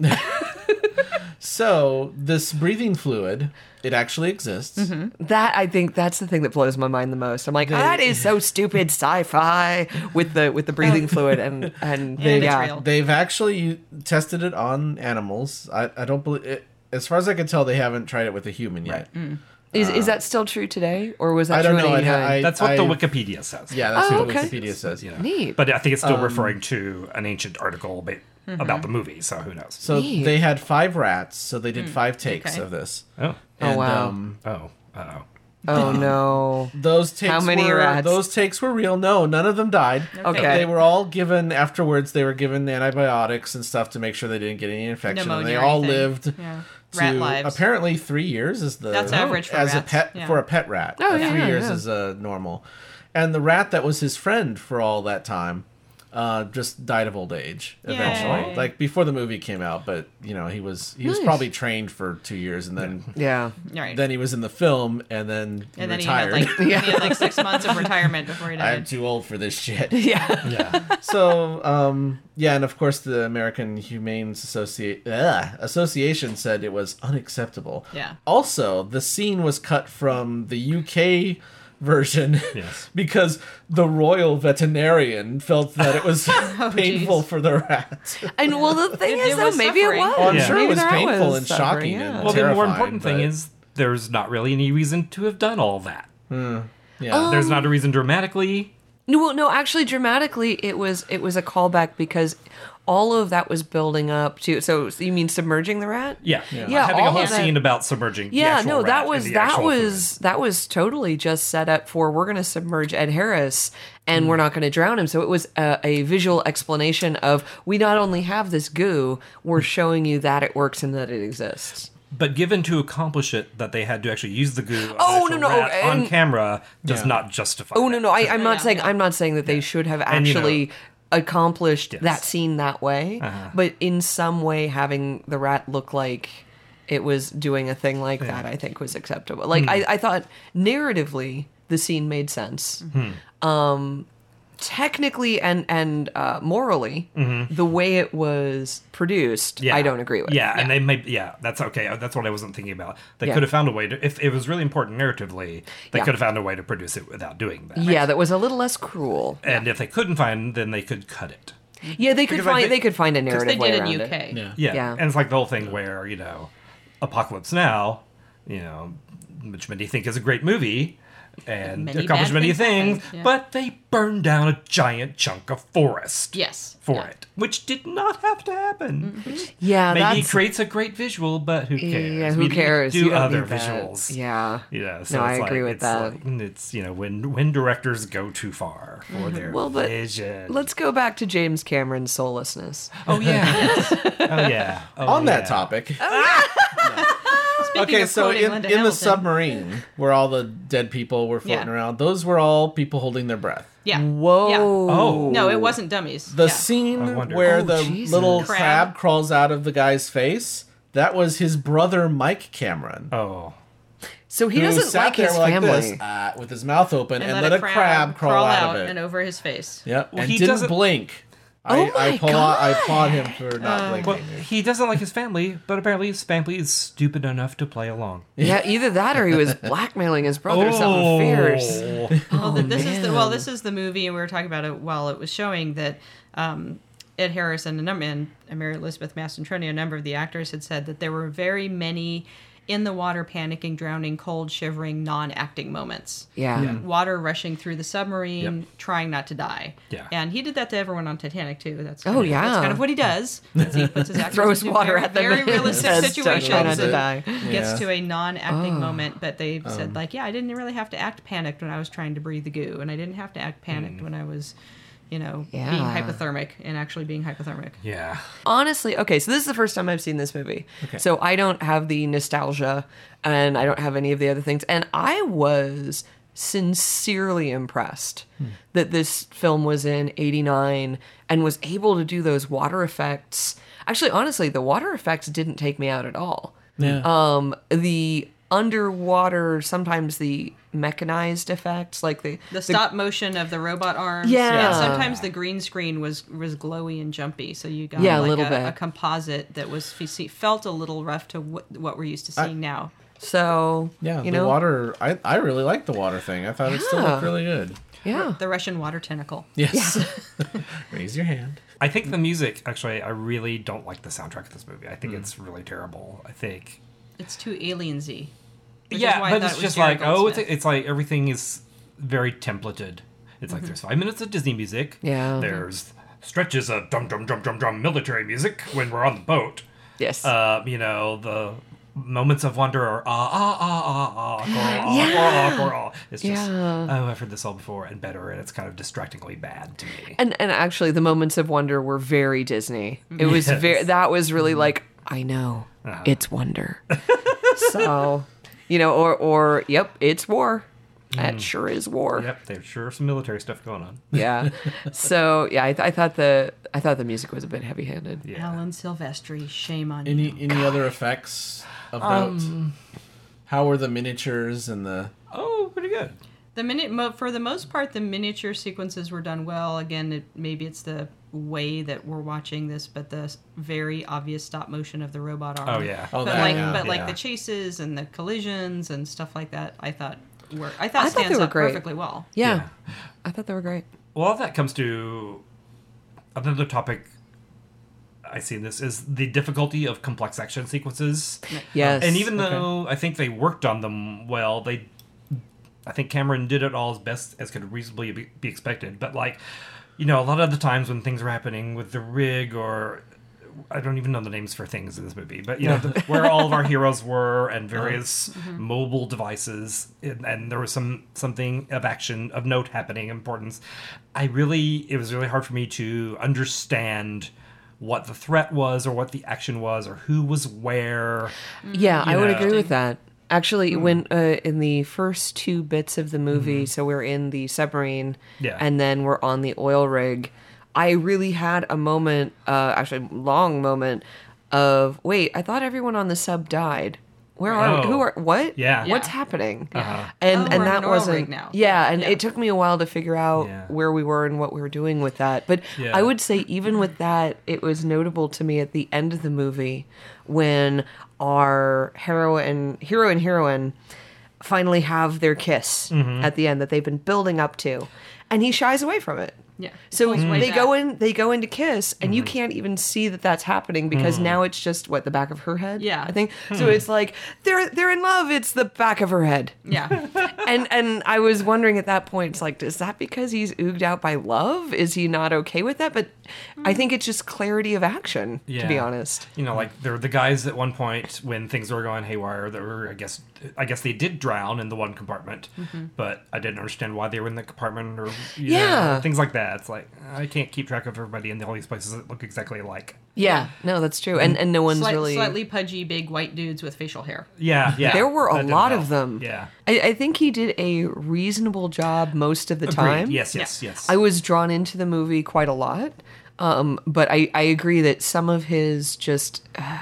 Speaker 1: so this breathing fluid it actually exists.
Speaker 4: Mm-hmm.
Speaker 3: That I think that's the thing that blows my mind the most. I'm like, that is so stupid sci-fi with the with the breathing fluid and and
Speaker 4: They-
Speaker 3: yeah.
Speaker 4: It's real.
Speaker 1: They've actually tested it on animals. I, I don't believe it. As far as I can tell, they haven't tried it with a human yet.
Speaker 4: Mm.
Speaker 3: Is is that still true today, or was that
Speaker 1: Uh. I don't
Speaker 3: true
Speaker 1: know.
Speaker 3: in
Speaker 1: I'd ha-
Speaker 3: 89?
Speaker 1: I-
Speaker 2: that's what the
Speaker 1: I-
Speaker 2: Wikipedia says.
Speaker 1: Yeah, that's
Speaker 3: Oh,
Speaker 1: what
Speaker 3: okay.
Speaker 1: Wikipedia says.
Speaker 2: You know.
Speaker 3: Neat.
Speaker 2: But I think it's still referring to an ancient article about,
Speaker 4: Mm-hmm.
Speaker 2: about the movie, so who knows?
Speaker 1: So
Speaker 3: Neat.
Speaker 1: they had five rats. So they did five takes
Speaker 4: Hmm. okay.
Speaker 1: of this. um,
Speaker 2: oh.
Speaker 3: Oh, wow.
Speaker 2: Oh. Uh-oh.
Speaker 3: oh no.
Speaker 1: Those takes
Speaker 3: How many
Speaker 1: were,
Speaker 3: rats?
Speaker 1: Those takes were real. No, none of them died.
Speaker 4: Okay.
Speaker 3: Okay.
Speaker 1: They were all given afterwards. They were given antibiotics and stuff to make sure they didn't get any infection. and
Speaker 4: Pneumonia
Speaker 1: they
Speaker 4: or
Speaker 1: all
Speaker 4: anything.
Speaker 1: lived
Speaker 4: Yeah.
Speaker 1: to
Speaker 4: Rat lives.
Speaker 1: apparently three years is the
Speaker 4: That's average for
Speaker 1: as
Speaker 4: rats,
Speaker 1: a pet
Speaker 4: yeah.
Speaker 1: for a pet rat.
Speaker 3: Oh,
Speaker 1: Uh,
Speaker 3: yeah,
Speaker 1: three
Speaker 3: yeah,
Speaker 1: years
Speaker 3: yeah.
Speaker 1: is uh, normal. And the rat that was his friend for all that time uh, just died of old age eventually.
Speaker 4: Yay.
Speaker 1: Like before the movie came out, but you know he was he was
Speaker 3: Nice.
Speaker 1: probably trained for two years and then.
Speaker 3: Yeah.
Speaker 4: All right.
Speaker 1: Then he was in the film, and then he
Speaker 4: and then
Speaker 1: retired.
Speaker 4: he had like he had like six months of retirement before he
Speaker 1: I'm
Speaker 4: died.
Speaker 1: too old for this shit.
Speaker 3: Yeah.
Speaker 2: Yeah.
Speaker 1: so, um, yeah, and of course, the American Humane Associ- ugh, Association said it was unacceptable.
Speaker 4: Yeah.
Speaker 1: Also, the scene was cut from the UK version
Speaker 2: Yes.
Speaker 1: because the royal veterinarian felt that it was
Speaker 4: Oh,
Speaker 1: painful
Speaker 4: geez.
Speaker 1: for the rat.
Speaker 3: And well, the thing
Speaker 4: It-
Speaker 3: is,
Speaker 4: it
Speaker 3: though,
Speaker 4: was
Speaker 3: maybe
Speaker 4: suffering.
Speaker 3: it was.
Speaker 1: Well, I'm
Speaker 2: Yeah.
Speaker 1: sure it
Speaker 3: Maybe
Speaker 1: was
Speaker 3: the rat
Speaker 1: painful
Speaker 3: was
Speaker 1: and
Speaker 3: suffering,
Speaker 1: shocking.
Speaker 3: yeah.
Speaker 1: And
Speaker 2: Well, the more
Speaker 1: terrifying,
Speaker 2: important thing
Speaker 1: but-
Speaker 2: is there's not really any reason to have done all that.
Speaker 1: Hmm, yeah.
Speaker 2: there's not a reason dramatically.
Speaker 3: No, well, no, actually, dramatically, it was it was a callback because all of that was building up to. So so you mean submerging the rat?
Speaker 2: Yeah.
Speaker 3: Yeah,
Speaker 2: Having
Speaker 3: all
Speaker 2: a whole
Speaker 3: of that-
Speaker 2: scene about submerging. the
Speaker 3: Yeah,
Speaker 2: actual
Speaker 3: no,
Speaker 2: rat
Speaker 3: that
Speaker 2: and
Speaker 3: was
Speaker 2: the
Speaker 3: that
Speaker 2: actual food.
Speaker 3: was that was totally just set up for we're going to submerge Ed Harris and
Speaker 2: Mm.
Speaker 3: we're not going to drown him. So it was a, a visual explanation of we not only have this goo, we're
Speaker 2: Mm.
Speaker 3: showing you that it works and that it exists.
Speaker 2: But given to accomplish it, that they had to actually use the goo. on
Speaker 3: Oh,
Speaker 2: an
Speaker 3: no,
Speaker 2: actual
Speaker 3: no,
Speaker 2: rat on
Speaker 3: and-
Speaker 2: camera does not justify.
Speaker 3: Oh no,
Speaker 2: that.
Speaker 3: no, I, I'm not
Speaker 4: Yeah,
Speaker 3: saying
Speaker 4: yeah.
Speaker 3: I'm not saying that they should have
Speaker 2: And, you know-
Speaker 3: actually accomplished
Speaker 2: Yes. Uh-huh.
Speaker 3: that scene that way, but in some way having the rat look like it was doing a thing like that, I think was acceptable. Like
Speaker 2: Hmm.
Speaker 3: I, I thought narratively the scene made sense. Um,
Speaker 2: Hmm.
Speaker 3: technically and and uh, morally, the way it was produced,
Speaker 2: Mm-hmm. Yeah.
Speaker 3: I don't agree with.
Speaker 2: Yeah, and they may. Yeah, that's okay. uh, That's what I wasn't thinking about. They
Speaker 3: Yeah.
Speaker 2: could have found a way to. If it was really important narratively, they
Speaker 3: Yeah.
Speaker 2: could have found a way to produce it without doing that.
Speaker 3: Yeah, that was a little less cruel.
Speaker 2: And if they couldn't find, then they could cut it.
Speaker 3: Yeah, they could
Speaker 2: Because I
Speaker 3: find
Speaker 2: think-
Speaker 3: they could find a
Speaker 4: Because they
Speaker 3: narrative way
Speaker 4: did
Speaker 3: around
Speaker 4: in
Speaker 3: it.
Speaker 4: UK.
Speaker 1: yeah.
Speaker 2: Yeah.
Speaker 3: Yeah.
Speaker 2: And it's like the whole thing where, you know, Apocalypse Now, you know, which many think is a great movie and
Speaker 4: Many
Speaker 2: accomplished
Speaker 4: bad
Speaker 2: many
Speaker 4: things
Speaker 2: things,
Speaker 4: happened, yeah.
Speaker 2: but they burned down a giant chunk of forest
Speaker 4: Yes.
Speaker 2: for
Speaker 4: Yeah.
Speaker 2: it, which did not have to happen.
Speaker 3: Mm-hmm. Yeah,
Speaker 2: Maybe it
Speaker 3: that's
Speaker 2: creates a great visual, but who cares?
Speaker 3: Yeah,
Speaker 2: We
Speaker 3: who
Speaker 2: didn't
Speaker 3: cares? You
Speaker 2: Do
Speaker 3: don't
Speaker 2: other
Speaker 3: need that.
Speaker 2: visuals.
Speaker 3: Yeah.
Speaker 2: Yeah, so
Speaker 3: No,
Speaker 2: it's
Speaker 3: I
Speaker 2: like-
Speaker 3: agree with
Speaker 2: it's
Speaker 3: that.
Speaker 2: like- mm, it's you know when when directors go too far for their
Speaker 3: Mm-hmm. Well, but
Speaker 2: vision.
Speaker 3: Let's go back to James Cameron's soullessness.
Speaker 2: oh yeah, oh yeah. Oh,
Speaker 1: On that
Speaker 2: yeah.
Speaker 1: topic. Ah!
Speaker 4: Speaking
Speaker 1: okay,
Speaker 4: of
Speaker 1: so
Speaker 4: quoting
Speaker 1: in,
Speaker 4: Linda
Speaker 1: in the
Speaker 4: Hamilton-
Speaker 1: submarine where all the dead people were floating
Speaker 4: Yeah.
Speaker 1: around, those were all people holding their breath.
Speaker 4: Yeah.
Speaker 3: Whoa.
Speaker 2: Oh.
Speaker 4: No, it wasn't dummies.
Speaker 1: The
Speaker 4: Yeah.
Speaker 2: I
Speaker 1: scene
Speaker 2: wonder.
Speaker 1: where
Speaker 3: Oh,
Speaker 1: the
Speaker 3: Jesus.
Speaker 1: little
Speaker 4: Crab.
Speaker 1: crab. crawls out of the guy's face, that was his brother Mike Cameron.
Speaker 2: Oh,
Speaker 3: So he
Speaker 1: who
Speaker 3: doesn't
Speaker 1: sat
Speaker 3: like his
Speaker 1: there like
Speaker 3: family.
Speaker 1: this, uh, with his mouth open and, let, a crab, crawl, out, of it.
Speaker 4: and over his face.
Speaker 1: Yep,
Speaker 2: Well,
Speaker 1: and
Speaker 2: he
Speaker 1: didn't
Speaker 2: doesn't-
Speaker 1: blink. I,
Speaker 3: Oh
Speaker 1: I
Speaker 3: my
Speaker 1: pull out, I
Speaker 3: God. Uh,
Speaker 1: applaud him for not blinking.
Speaker 2: Well, he doesn't like his family, but apparently his family is stupid enough to play along.
Speaker 3: Yeah, either that or he was blackmailing his brother or
Speaker 2: Oh.
Speaker 3: something fierce.
Speaker 4: Well, th this is the well, this is the movie, and we were talking about it while it was showing that um, Ed Harris and a number and Mary Elizabeth Mastrantonio, a number of the actors had said that there were very many in the water, panicking, drowning, cold, shivering, non-acting moments.
Speaker 3: Yeah.
Speaker 4: Water rushing through the submarine, trying not to die.
Speaker 2: Yeah.
Speaker 4: And he did that to everyone on Titanic too. That's
Speaker 3: Oh,
Speaker 4: kind of- that's
Speaker 3: yeah.
Speaker 4: kind of what he does. is he puts his actors
Speaker 3: Throws
Speaker 4: into
Speaker 3: water
Speaker 4: very,
Speaker 3: at them
Speaker 4: Very
Speaker 3: and
Speaker 4: realistic
Speaker 3: says, "Don't try
Speaker 4: situations.
Speaker 3: not to
Speaker 4: and-
Speaker 3: die. Oh.
Speaker 1: Yeah.
Speaker 4: gets to a non-acting moment, but they said like, yeah, I didn't really have to act panicked when I was trying to breathe the goo, and I didn't have to act panicked when I was, you know, being
Speaker 3: Yeah.
Speaker 4: hypothermic and actually being hypothermic.
Speaker 2: Yeah.
Speaker 3: Honestly, okay, so this is the first time I've seen this movie. So I don't have the nostalgia and I don't have any of the other things. And I was sincerely impressed
Speaker 1: Hmm.
Speaker 3: that this film was in 89 and was able to do those water effects. Actually, honestly, the water effects didn't take me out at all.
Speaker 1: Yeah.
Speaker 3: Um, the underwater, sometimes the mechanized effects, like the,
Speaker 4: The stop motion of the robot arms.
Speaker 3: Yeah.
Speaker 4: and sometimes the green screen was was glowy and jumpy, so you got
Speaker 3: Yeah, a
Speaker 4: like
Speaker 3: little bit.
Speaker 4: a composite that was fe- felt a little rough to what, what we're used to seeing now.
Speaker 3: so
Speaker 1: yeah,
Speaker 3: you
Speaker 1: the
Speaker 3: know,
Speaker 1: water. I, I really like the water thing. I thought it still looked
Speaker 3: Yeah.
Speaker 1: really good.
Speaker 3: yeah,
Speaker 4: The Russian water tentacle.
Speaker 1: Yes. Raise your hand.
Speaker 2: I think the music, actually, I really don't like the soundtrack of this movie. I think it's really terrible. I think.
Speaker 4: It's too aliensy. which is
Speaker 2: yeah,
Speaker 4: why I
Speaker 2: but
Speaker 4: thought
Speaker 2: it's
Speaker 4: it was
Speaker 2: just
Speaker 4: Jerry
Speaker 2: like, oh, it's,
Speaker 4: Goldsmith.
Speaker 2: it's like everything is very templated. It's
Speaker 4: Mm-hmm.
Speaker 2: like there's five minutes of Disney music.
Speaker 3: Yeah.
Speaker 2: There's stretches of drum, drum, drum, drum, drum military music when we're on the boat.
Speaker 3: yes,
Speaker 2: uh, you know, the moments of wonder are ah ah ah ah ah coral, ah,
Speaker 3: Yeah.
Speaker 2: coral, ah, coral. It's just
Speaker 3: Yeah.
Speaker 2: oh, I've heard this all before and better, and it's kind of distractingly bad to me.
Speaker 3: And and actually, the moments of wonder were very Disney. It
Speaker 2: Yes.
Speaker 3: was
Speaker 2: Mm-hmm. Uh-huh.
Speaker 3: very that was really like I know it's wonder. so, you know, or or yep, it's war. That sure is war.
Speaker 2: Mm. Yep, there's sure some military stuff going on.
Speaker 3: Yeah. So yeah, I, th- I thought the I thought the music was a bit heavy handed.
Speaker 2: Yeah.
Speaker 4: Alan Silvestri, shame on you.
Speaker 1: Any any other effects of
Speaker 3: Um.
Speaker 1: note? How were the miniatures and the?
Speaker 2: Oh, pretty good.
Speaker 4: The minute mo- for the most part, the miniature sequences were done well. Again, it, maybe it's the way that we're watching this, but the s- very obvious stop motion of the robot arm.
Speaker 2: Oh, yeah. Oh,
Speaker 4: but
Speaker 1: that,
Speaker 4: like,
Speaker 1: yeah.
Speaker 4: but like
Speaker 2: Yeah.
Speaker 4: the chases and the collisions and stuff like that, I thought were I thought
Speaker 3: I thought they
Speaker 4: stands
Speaker 3: were
Speaker 4: up
Speaker 3: great.
Speaker 4: perfectly well.
Speaker 3: Yeah.
Speaker 2: Yeah.
Speaker 3: I thought they were great.
Speaker 2: Well, that comes to another topic. I see in this is the difficulty of complex action sequences.
Speaker 3: Yes.
Speaker 2: And even though I think they worked on them well, they I think Cameron did it all as best as could reasonably be, be expected. But like, you know, a lot of the times when things are happening with the rig or I don't even know the names for things in this movie, but you know the, where all of our heroes were and various mobile devices, and, and there was some something of action of note happening, importance. I really, it was really hard for me to understand what the threat was or what the action was or who was where.
Speaker 3: Yeah, I would
Speaker 2: know. Hmm.
Speaker 3: agree with that. Actually, when uh, in the first two bits of the movie, so we're in the submarine,
Speaker 2: Yeah.
Speaker 3: and then we're on the oil rig. I really had a moment, uh, actually long moment, of wait. I thought everyone on the sub died. Where are
Speaker 2: Oh.
Speaker 3: who are what?
Speaker 2: Yeah.
Speaker 3: what's
Speaker 4: Yeah.
Speaker 3: happening?
Speaker 2: Uh-huh.
Speaker 3: And
Speaker 4: Oh,
Speaker 3: and
Speaker 4: we're on
Speaker 3: that
Speaker 4: an oil
Speaker 3: wasn't
Speaker 4: rig now.
Speaker 3: yeah. And it took me a while to figure out
Speaker 2: Yeah.
Speaker 3: where we were and what we were doing with that. But
Speaker 2: Yeah.
Speaker 3: I would say even with that, it was notable to me at the end of the movie when our heroine, hero and heroine, finally have their kiss at the end that they've been building up to, and he shies away from it.
Speaker 4: Yeah.
Speaker 3: So
Speaker 4: Pulls way
Speaker 3: they go
Speaker 4: back.
Speaker 3: in, they go in to kiss, and you can't even see that that's happening because now it's just what the back of her head.
Speaker 4: Yeah.
Speaker 3: I think so. It's like they're they're in love. It's the back of her head
Speaker 4: Yeah.
Speaker 3: and and I was wondering at that point, it's like, is that because he's ooged out by love? Is he not okay with that? But I think it's just clarity of action, to be
Speaker 2: Yeah.
Speaker 3: honest.
Speaker 2: You know, like there were the guys at one point when things were going haywire. There were, I guess, I guess they did drown in the one compartment,
Speaker 3: Mm-hmm.
Speaker 2: but I didn't understand why they were in the compartment or you know,
Speaker 3: Yeah.
Speaker 2: things like that. It's like I can't keep track of everybody in all these places that look exactly alike.
Speaker 3: Yeah, no, that's true. And
Speaker 2: Mm-hmm.
Speaker 3: and no one's
Speaker 4: Slight,
Speaker 3: really.
Speaker 4: Slightly pudgy, big white dudes with facial hair.
Speaker 2: Yeah, yeah.
Speaker 3: there were
Speaker 2: That
Speaker 3: a
Speaker 2: didn't
Speaker 3: lot
Speaker 2: help.
Speaker 3: of them.
Speaker 2: Yeah.
Speaker 3: I, I think he did a reasonable job most of the time.
Speaker 2: Agreed. Yes, yes, yes.
Speaker 3: I was drawn into the movie quite a lot, um, but I, I agree that some of his just uh,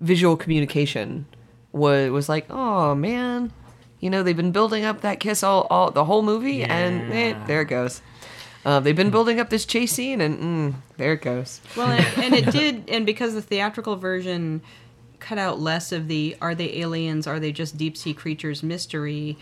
Speaker 3: visual communication was was like, oh man, you know they've been building up that kiss all, all the whole movie, and eh, there it goes. Uh, they've been building up this chase scene, and mm, there it goes.
Speaker 4: Well, and, and it did, and because the theatrical version cut out less of the "Are they aliens? Are they just deep sea creatures?" mystery.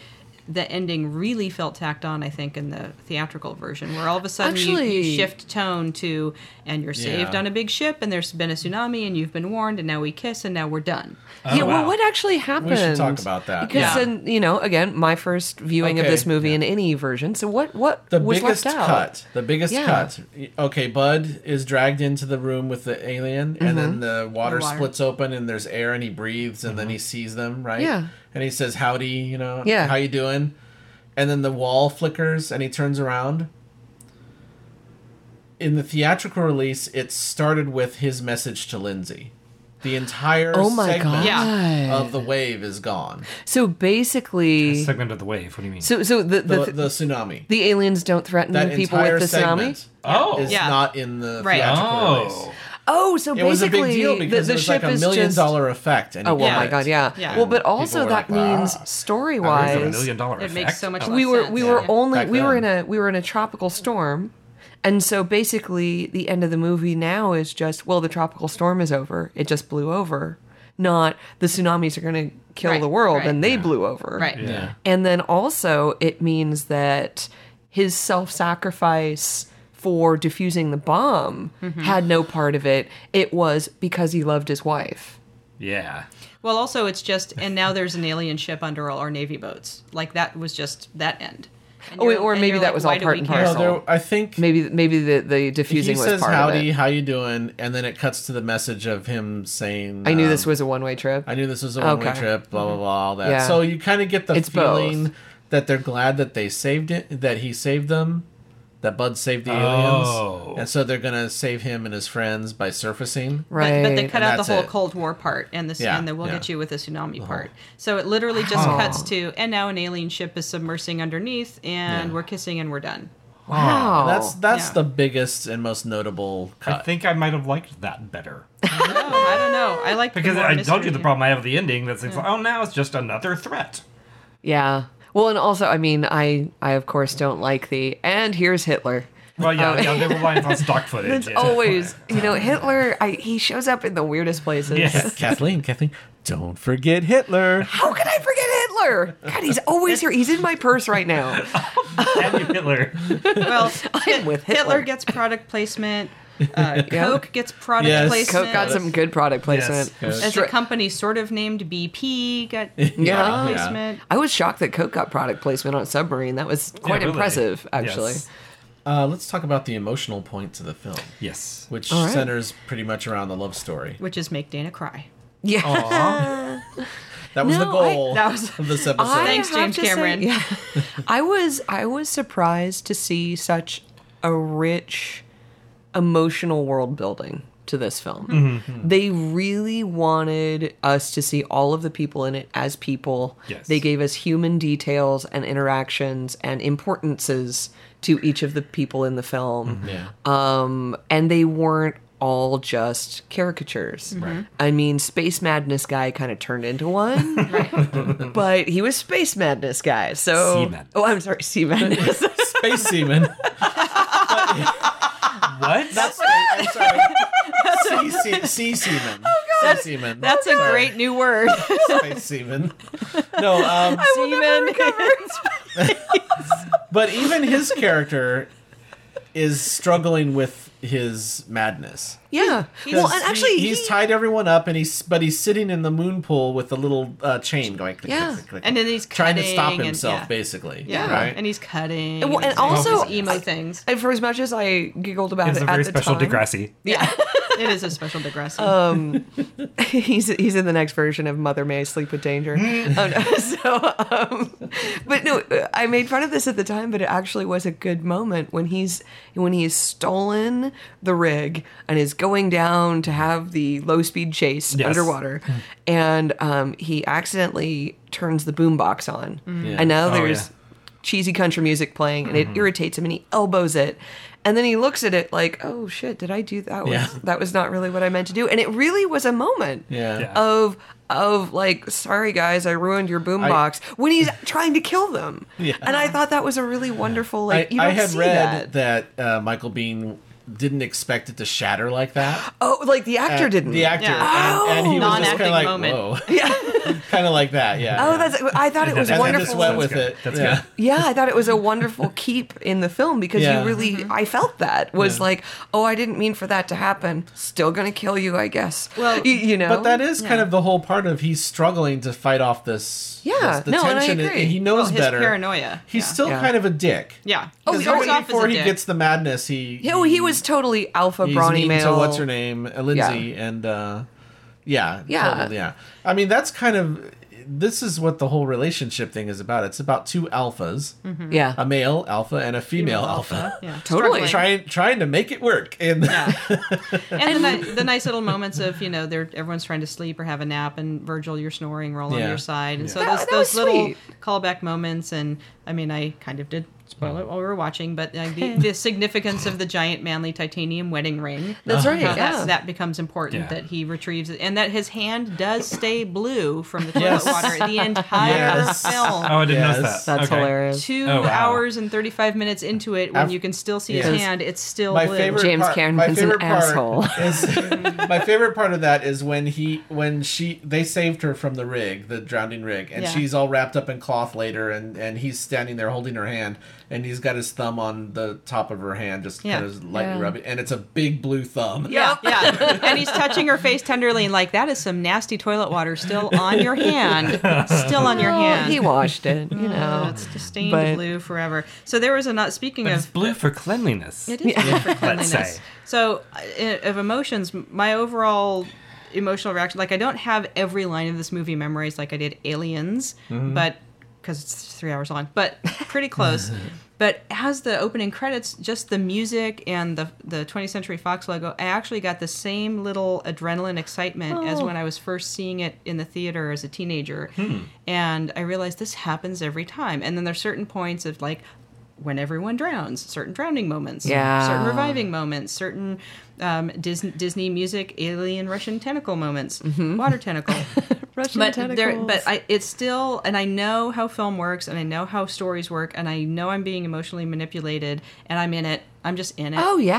Speaker 4: The ending really felt tacked on, I think, in the theatrical version, where all of a sudden you,
Speaker 3: Actually-
Speaker 4: you shift tone to, and you're saved
Speaker 1: Yeah.
Speaker 4: on a big ship, and there's been a tsunami, and you've been warned, and now we kiss, and now we're done.
Speaker 1: Oh,
Speaker 3: yeah, well,
Speaker 2: wow.
Speaker 3: what actually happened?
Speaker 1: talk about that.
Speaker 3: because
Speaker 4: Yeah.
Speaker 3: then you know, again, my first viewing of
Speaker 1: Okay.
Speaker 3: this movie in any version. So what? What
Speaker 1: The
Speaker 3: was
Speaker 1: biggest
Speaker 3: left out?
Speaker 1: cut. The biggest
Speaker 3: Yeah.
Speaker 1: cut. Okay, Bud is dragged into the room with the alien, and
Speaker 3: Mm-hmm.
Speaker 1: then the water,
Speaker 4: The water.
Speaker 1: splits open, and there's air, and he breathes, and then he sees them, right?
Speaker 3: Yeah.
Speaker 1: And he says, "Howdy," you know,
Speaker 3: Yeah.
Speaker 1: how you doing? And then the wall flickers, and he turns around. In the theatrical release, it started with his message to Lindsay. The entire
Speaker 3: Oh my
Speaker 1: segment
Speaker 3: god!
Speaker 4: Yeah.
Speaker 1: of the wave is gone.
Speaker 3: So basically,
Speaker 2: Segment of the wave. What do you mean?
Speaker 3: so so the the,
Speaker 1: The,
Speaker 3: the,
Speaker 1: the tsunami.
Speaker 3: aliens don't threaten
Speaker 1: That
Speaker 3: the people with
Speaker 1: entire
Speaker 3: the
Speaker 1: segment
Speaker 3: tsunami.
Speaker 2: oh,
Speaker 1: is
Speaker 4: Yeah.
Speaker 1: not in the
Speaker 4: Right.
Speaker 1: theatrical release.
Speaker 2: oh,
Speaker 3: Oh, so
Speaker 1: It
Speaker 3: basically,
Speaker 1: was a big deal because
Speaker 3: the, the
Speaker 1: it was
Speaker 3: ship
Speaker 1: like a
Speaker 3: is
Speaker 1: million
Speaker 3: just,
Speaker 1: dollar effect. And
Speaker 3: Oh
Speaker 1: he
Speaker 3: well,
Speaker 1: got
Speaker 3: my
Speaker 1: it.
Speaker 3: god, yeah.
Speaker 4: Yeah.
Speaker 3: Well, but
Speaker 1: People
Speaker 3: also
Speaker 1: were like,
Speaker 3: that
Speaker 1: "Ah."
Speaker 3: means story
Speaker 2: There's a
Speaker 3: wise,
Speaker 2: million dollar
Speaker 4: It
Speaker 2: effect.
Speaker 4: makes so much
Speaker 2: Oh,
Speaker 4: less-
Speaker 3: we were
Speaker 4: sense,
Speaker 3: we
Speaker 4: yeah.
Speaker 3: were only
Speaker 1: Back
Speaker 3: we were in
Speaker 1: then.
Speaker 3: a we were in a tropical storm and so basically the end of the movie now is just well the tropical storm is over it just blew over not the tsunamis are going to kill
Speaker 4: Right,
Speaker 3: the world
Speaker 4: right.
Speaker 3: and they blew over
Speaker 4: Right.
Speaker 2: Yeah.
Speaker 3: and then also it means that his self-sacrifice for defusing the bomb
Speaker 1: Mm-hmm.
Speaker 3: had no part of it it was because he loved his wife
Speaker 2: Yeah.
Speaker 4: Well, also it's just, and now there's an alien ship under all our navy boats. Like that was just that end. And
Speaker 3: Oh,
Speaker 4: you're-
Speaker 3: or
Speaker 4: and
Speaker 3: maybe
Speaker 4: you're
Speaker 3: that was all
Speaker 4: why do
Speaker 3: part
Speaker 4: we
Speaker 3: and
Speaker 4: care?
Speaker 1: No,
Speaker 3: parcel.
Speaker 1: there, I think
Speaker 3: maybe maybe the the
Speaker 1: he
Speaker 3: diffusing was
Speaker 1: says
Speaker 3: part
Speaker 1: howdy,
Speaker 3: of it
Speaker 1: how you doing, and then it cuts to the message of him saying,
Speaker 3: i knew
Speaker 1: um,
Speaker 3: this was a one-way trip
Speaker 1: I knew this was a one way
Speaker 3: Okay. Mm-hmm.
Speaker 1: trip, blah blah blah, all that."
Speaker 3: Yeah.
Speaker 1: So you kind of get the
Speaker 3: It's
Speaker 1: feeling
Speaker 3: both.
Speaker 1: that they're glad that they saved it, that he saved them, that Bud saved the
Speaker 2: Oh.
Speaker 1: aliens, and so they're gonna save him and his friends by surfacing.
Speaker 3: Right.
Speaker 4: But, but they cut
Speaker 1: And
Speaker 4: out the
Speaker 1: that's
Speaker 4: whole
Speaker 1: it.
Speaker 4: Cold War part and the
Speaker 1: Yeah,
Speaker 4: and the we'll
Speaker 1: yeah.
Speaker 4: get you with the tsunami part. So it literally just
Speaker 2: Oh.
Speaker 4: cuts to and now an alien ship is submersing underneath and
Speaker 1: Yeah.
Speaker 4: we're kissing and we're done.
Speaker 3: wow.
Speaker 1: That's that's
Speaker 4: Yeah.
Speaker 1: the biggest and most notable
Speaker 2: I
Speaker 3: Uh,
Speaker 1: cut.
Speaker 2: think I might have liked that better
Speaker 4: No, Oh, I don't know. I like
Speaker 2: because I told you the problem I have with the ending. That's like, oh, now it's just another threat.
Speaker 3: yeah. Well, and also, I mean, I I of course don't like the and here's Hitler.
Speaker 2: Well, yeah, yeah they were relying on stock footage.
Speaker 3: It's
Speaker 2: yeah.
Speaker 3: Oh. always, you know, Hitler. I, he shows up in the weirdest places.
Speaker 2: Yeah.
Speaker 1: Kathleen, Kathleen, don't forget Hitler.
Speaker 3: How could I forget Hitler? God, he's always here. He's in my purse right now.
Speaker 2: Damn you, Hitler.
Speaker 4: Well,
Speaker 3: I'm with
Speaker 4: Hitler.
Speaker 3: Hitler.
Speaker 4: gets product placement. Uh, Coke gets product
Speaker 1: Yes.
Speaker 4: placement.
Speaker 3: Coke got some good product placement.
Speaker 2: Yes.
Speaker 4: as a company sort of named BP got
Speaker 3: Yeah.
Speaker 4: product placement.
Speaker 3: I was shocked that Coke got product placement on submarine. That was quite
Speaker 2: really.
Speaker 3: impressive, actually.
Speaker 2: Yes.
Speaker 1: Uh, let's talk about the emotional point to the film,
Speaker 2: yes.
Speaker 1: which
Speaker 3: All right.
Speaker 1: centers pretty much around the love story.
Speaker 4: Which is make Dana cry.
Speaker 3: Yeah.
Speaker 1: That was the
Speaker 3: No, I-
Speaker 1: goal
Speaker 4: that was-
Speaker 1: of this episode.
Speaker 4: I- Thanks,
Speaker 3: have
Speaker 4: James
Speaker 3: to say-
Speaker 4: Cameron.
Speaker 3: yeah. I was I was surprised to see such a rich emotional world building to this film.
Speaker 4: Mm-hmm.
Speaker 3: They really wanted us to see all of the people in it as people.
Speaker 2: Yes.
Speaker 3: They gave us human details and interactions and importances to each of the people in the film
Speaker 4: Mm-hmm.
Speaker 1: yeah.
Speaker 3: um, and they weren't all just caricatures. I mean, Space Madness guy kind of turned into one, but he was Space Madness guy. So,
Speaker 2: Sea Madness.
Speaker 3: oh, I'm sorry, Sea Madness.
Speaker 1: Space semen.
Speaker 2: What?
Speaker 1: That's I'm sorry. Sea, sea, sea semen. sea semen.
Speaker 4: That's a
Speaker 1: Sorry,
Speaker 4: great new word.
Speaker 1: space semen. No, um,
Speaker 4: Semen.
Speaker 1: but even his character is struggling with his madness.
Speaker 3: yeah. well, and
Speaker 1: He-
Speaker 3: actually,
Speaker 1: he's
Speaker 3: he-
Speaker 1: tied everyone up, and he's but he's sitting in the moon pool with a little uh, chain going. click,
Speaker 3: Yeah.
Speaker 1: click, click, click,
Speaker 4: And then he's
Speaker 1: trying to stop
Speaker 4: cutting and-
Speaker 1: himself,
Speaker 4: yeah.
Speaker 1: basically.
Speaker 4: Yeah,
Speaker 1: right.
Speaker 4: and he's cutting.
Speaker 3: well, and
Speaker 4: he's doing
Speaker 3: also-
Speaker 4: his emo things.
Speaker 3: and for as much as I giggled about
Speaker 2: It's
Speaker 3: it
Speaker 2: a
Speaker 3: at
Speaker 2: very
Speaker 3: the
Speaker 2: special
Speaker 3: time,
Speaker 2: Degrassi.
Speaker 4: Yeah, it is a special digressing.
Speaker 3: he's he's in the next version of Mother May I Sleep with Danger. Um, so, um, but no, I made fun of this at the time, but it actually was a good moment when he's when he's stolen the rig and is going down to have the low speed
Speaker 2: Yes.
Speaker 3: chase
Speaker 2: Hmm.
Speaker 3: underwater, and um, he accidentally turns the boombox on,
Speaker 1: Yeah.
Speaker 3: and now
Speaker 2: Oh,
Speaker 3: there's.
Speaker 2: yeah. Mm-hmm.
Speaker 3: cheesy country music playing and it irritates him and he elbows it. And then he looks at it like, oh shit, did I do that?
Speaker 1: Yeah.
Speaker 3: Was, that was not really what I meant to do. And it really was a moment
Speaker 1: Yeah.
Speaker 2: Yeah.
Speaker 3: of of like sorry guys i ruined your boombox when he's trying to kill them
Speaker 1: Yeah.
Speaker 3: and i thought that was a really wonderful like you
Speaker 1: I,
Speaker 3: don't
Speaker 1: I had
Speaker 3: see
Speaker 1: read
Speaker 3: that.
Speaker 1: that, uh, Michael Bean didn't expect it to shatter like that.
Speaker 3: oh like the actor
Speaker 1: Uh,
Speaker 3: didn't Oh!
Speaker 1: The actor.
Speaker 4: Yeah.
Speaker 1: And, and he was just kind
Speaker 4: Non-acting
Speaker 1: of like,
Speaker 4: moment.
Speaker 1: whoa.
Speaker 3: yeah
Speaker 1: kind of like that, yeah.
Speaker 3: oh that's i thought it was
Speaker 1: and
Speaker 3: wonderful
Speaker 1: then just went with
Speaker 2: That's good.
Speaker 1: it.
Speaker 2: That's
Speaker 1: yeah.
Speaker 2: good.
Speaker 3: yeah i thought it was a wonderful keep in the film because
Speaker 1: Yeah.
Speaker 3: you really i felt that was like oh i didn't mean for that to happen still gonna kill you i guess
Speaker 4: Well,
Speaker 3: Y- you, know
Speaker 1: But that is kind
Speaker 4: Yeah.
Speaker 1: of the whole part of he's struggling to fight off this.
Speaker 3: Yeah,
Speaker 1: this- the
Speaker 3: no, and I
Speaker 1: tension.
Speaker 3: agree.
Speaker 1: He knows
Speaker 4: Well, Oh, his
Speaker 1: better.
Speaker 4: paranoia,
Speaker 1: He's
Speaker 4: yeah.
Speaker 1: still
Speaker 3: Yeah.
Speaker 1: kind of a dick.
Speaker 4: Yeah.
Speaker 3: Oh,
Speaker 4: He
Speaker 3: he
Speaker 4: starts
Speaker 3: already-
Speaker 4: off as
Speaker 1: before
Speaker 4: a
Speaker 1: he
Speaker 4: dick.
Speaker 1: gets the madness, he
Speaker 3: oh he was totally alpha
Speaker 1: he's
Speaker 3: brawny
Speaker 1: mean
Speaker 3: male
Speaker 1: To what's her name, uh, Lindsay, and uh, yeah,
Speaker 3: Yeah.
Speaker 1: totally, yeah. I mean, that's kind of this is what the whole relationship thing is about. It's about two alphas,
Speaker 3: yeah
Speaker 1: a male alpha and a female, alpha,
Speaker 4: Yeah.
Speaker 3: Totally.
Speaker 4: Struggling.
Speaker 1: trying trying to make it work. And
Speaker 4: Yeah. And the, ni- the nice little moments of, you know, they're, everyone's trying to sleep or have a nap, and Virgil, you're snoring, roll on
Speaker 1: Yeah.
Speaker 4: your side. And so
Speaker 3: That-
Speaker 4: those,
Speaker 3: that was
Speaker 4: those little
Speaker 3: sweet.
Speaker 4: callback moments, and I mean, I kind of did spoil it while we were watching, but uh, the, the significance of the giant manly titanium wedding ring.
Speaker 3: That's right,
Speaker 4: How
Speaker 3: yeah.
Speaker 4: That, that becomes important
Speaker 2: Yeah.
Speaker 4: that he retrieves it, and that his hand does stay blue from the toilet
Speaker 1: Yes.
Speaker 4: water the entire
Speaker 1: Yes.
Speaker 4: film.
Speaker 2: Oh, I didn't know
Speaker 1: Yes.
Speaker 2: that.
Speaker 3: that's
Speaker 2: Okay.
Speaker 3: hilarious
Speaker 4: Two
Speaker 2: Oh, wow.
Speaker 4: hours and 35 minutes into it, when
Speaker 1: Af-
Speaker 4: you can still see
Speaker 1: Yes.
Speaker 4: his hand, it's still
Speaker 1: my
Speaker 4: blue.
Speaker 1: favorite
Speaker 3: James
Speaker 1: part,
Speaker 3: Cameron's
Speaker 1: my
Speaker 3: an
Speaker 1: favorite part
Speaker 3: asshole.
Speaker 1: Is, my favorite part of that is when he when she they saved her from the rig, the drowning rig, and
Speaker 4: Yeah.
Speaker 1: she's all wrapped up in cloth later, and and he's standing there holding her hand, and he's got his thumb on the top of her hand, just
Speaker 4: Yeah.
Speaker 1: kind of lightly
Speaker 3: Yeah.
Speaker 1: rubbing, and it's a big blue thumb.
Speaker 4: Yeah, yeah. And he's touching her face tenderly and like, that is some nasty toilet water still on your hand. Still on your
Speaker 3: Oh,
Speaker 4: hand.
Speaker 3: he washed it you
Speaker 4: Oh,
Speaker 3: know
Speaker 4: it's just stained
Speaker 3: But-
Speaker 4: blue forever. So there was a not speaking
Speaker 2: But it's
Speaker 4: of
Speaker 2: blue for cleanliness.
Speaker 4: it is good for cleanliness.
Speaker 2: say.
Speaker 4: So uh, of emotions, my overall emotional reaction, like I don't have every line of this movie memorized like I did Aliens, but because it's three hours long, but pretty close. but as the opening credits, just the music and the the 20th Century Fox logo, I actually got the same little adrenaline excitement as when I was first seeing it in the theater as a teenager, and I realized this happens every time. And then there's certain points of like when everyone drowns, certain drowning moments,
Speaker 3: Yeah.
Speaker 4: certain reviving moments, certain um, Disney, Disney music, alien Russian tentacle moments, water tentacle.
Speaker 3: Russian
Speaker 4: Mm-hmm. but there, but I, it's still, and I know how film works, and I know how stories work, and I know I'm being emotionally manipulated, and I'm in it. I'm just in it.
Speaker 3: Oh yeah.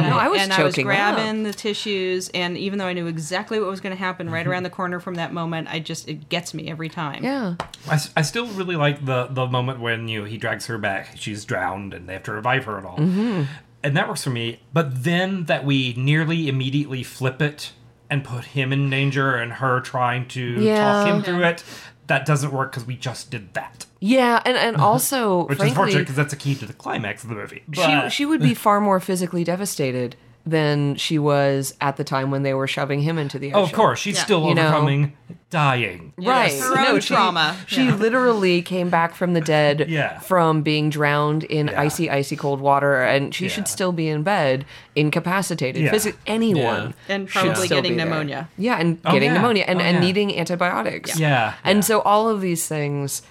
Speaker 4: And
Speaker 3: no, I, was
Speaker 4: and
Speaker 3: choking.
Speaker 4: I was grabbing
Speaker 3: up.
Speaker 4: the tissues, and even though I knew exactly what was going to happen right around the corner from that moment, I just it gets me every time.
Speaker 3: Yeah.
Speaker 2: I, s- I still really like the the moment when you know, he drags her back. She's drowned, and they have to revive her and all.
Speaker 3: Mm-hmm.
Speaker 2: And that works for me. But then that we nearly immediately flip it and put him in danger and her trying to
Speaker 3: Yeah.
Speaker 2: talk him through it. That doesn't work because we just did that,
Speaker 3: Yeah, and and also
Speaker 2: Uh-huh. which is
Speaker 3: frankly,
Speaker 2: fortunate because that's a key to the climax of the movie.
Speaker 3: she
Speaker 2: But
Speaker 3: she would be far more physically devastated than she was at the time when they were shoving him into the ocean.
Speaker 2: oh, of course, she's
Speaker 4: Yeah.
Speaker 2: still
Speaker 3: You know.
Speaker 2: overcoming dying.
Speaker 3: Right.
Speaker 4: Yes, her own
Speaker 3: she-
Speaker 4: trauma.
Speaker 3: She
Speaker 4: Yeah.
Speaker 3: literally came back from the dead
Speaker 2: Yeah.
Speaker 3: from being drowned in
Speaker 2: Yeah.
Speaker 3: icy, icy cold water, and she should
Speaker 2: Yeah.
Speaker 3: still be in bed, incapacitated.
Speaker 2: Yeah.
Speaker 3: Physi- anyone.
Speaker 4: And
Speaker 3: should
Speaker 4: probably
Speaker 3: still
Speaker 4: getting
Speaker 3: be there.
Speaker 4: pneumonia.
Speaker 3: Yeah, and
Speaker 2: Oh,
Speaker 3: getting
Speaker 2: yeah.
Speaker 3: pneumonia and,
Speaker 2: Oh,
Speaker 3: and
Speaker 2: yeah.
Speaker 3: needing antibiotics.
Speaker 2: Yeah.
Speaker 3: And
Speaker 2: Yeah.
Speaker 3: so all of these things,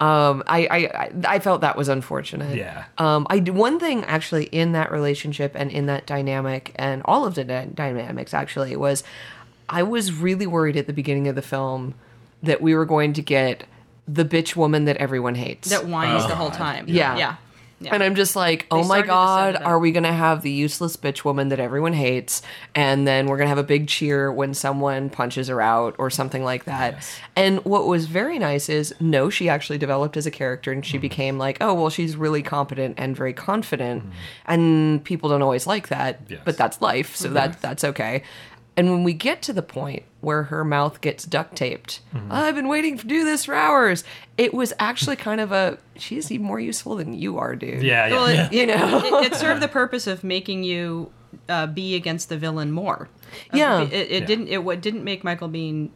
Speaker 3: um, I, I I- I felt that was unfortunate.
Speaker 2: Yeah.
Speaker 3: Um, I d- one thing actually in that relationship and in that dynamic and all of the dy- dynamics actually was, I was really worried at the beginning of the film that we were going to get the bitch woman that everyone hates.
Speaker 4: That whines the whole time.
Speaker 3: Yeah.
Speaker 4: Yeah. Yeah.
Speaker 3: And I'm just like, oh my
Speaker 4: started to set
Speaker 3: god,
Speaker 4: it up.
Speaker 3: are we gonna have the useless bitch woman that everyone hates, and then we're gonna have a big cheer when someone punches her out or something like that? And what was very nice is, no, she actually developed as a character, and
Speaker 4: Mm.
Speaker 3: she became like, oh well, she's really competent and very
Speaker 4: Mm.
Speaker 3: confident, and people don't always like that,
Speaker 2: Yes.
Speaker 3: but that's life, so that that's okay. And when we get to the point where her mouth gets duct taped, "Oh, I've been waiting to do this for hours. It was actually kind of a she's even more useful than you are, dude.
Speaker 2: yeah, yeah.
Speaker 4: Well, it-
Speaker 3: You know.
Speaker 4: it, it served the purpose of making you uh, be against the villain more. Of-
Speaker 3: Yeah.
Speaker 4: it, it
Speaker 2: Yeah.
Speaker 4: didn't. It what didn't make Michael Bean.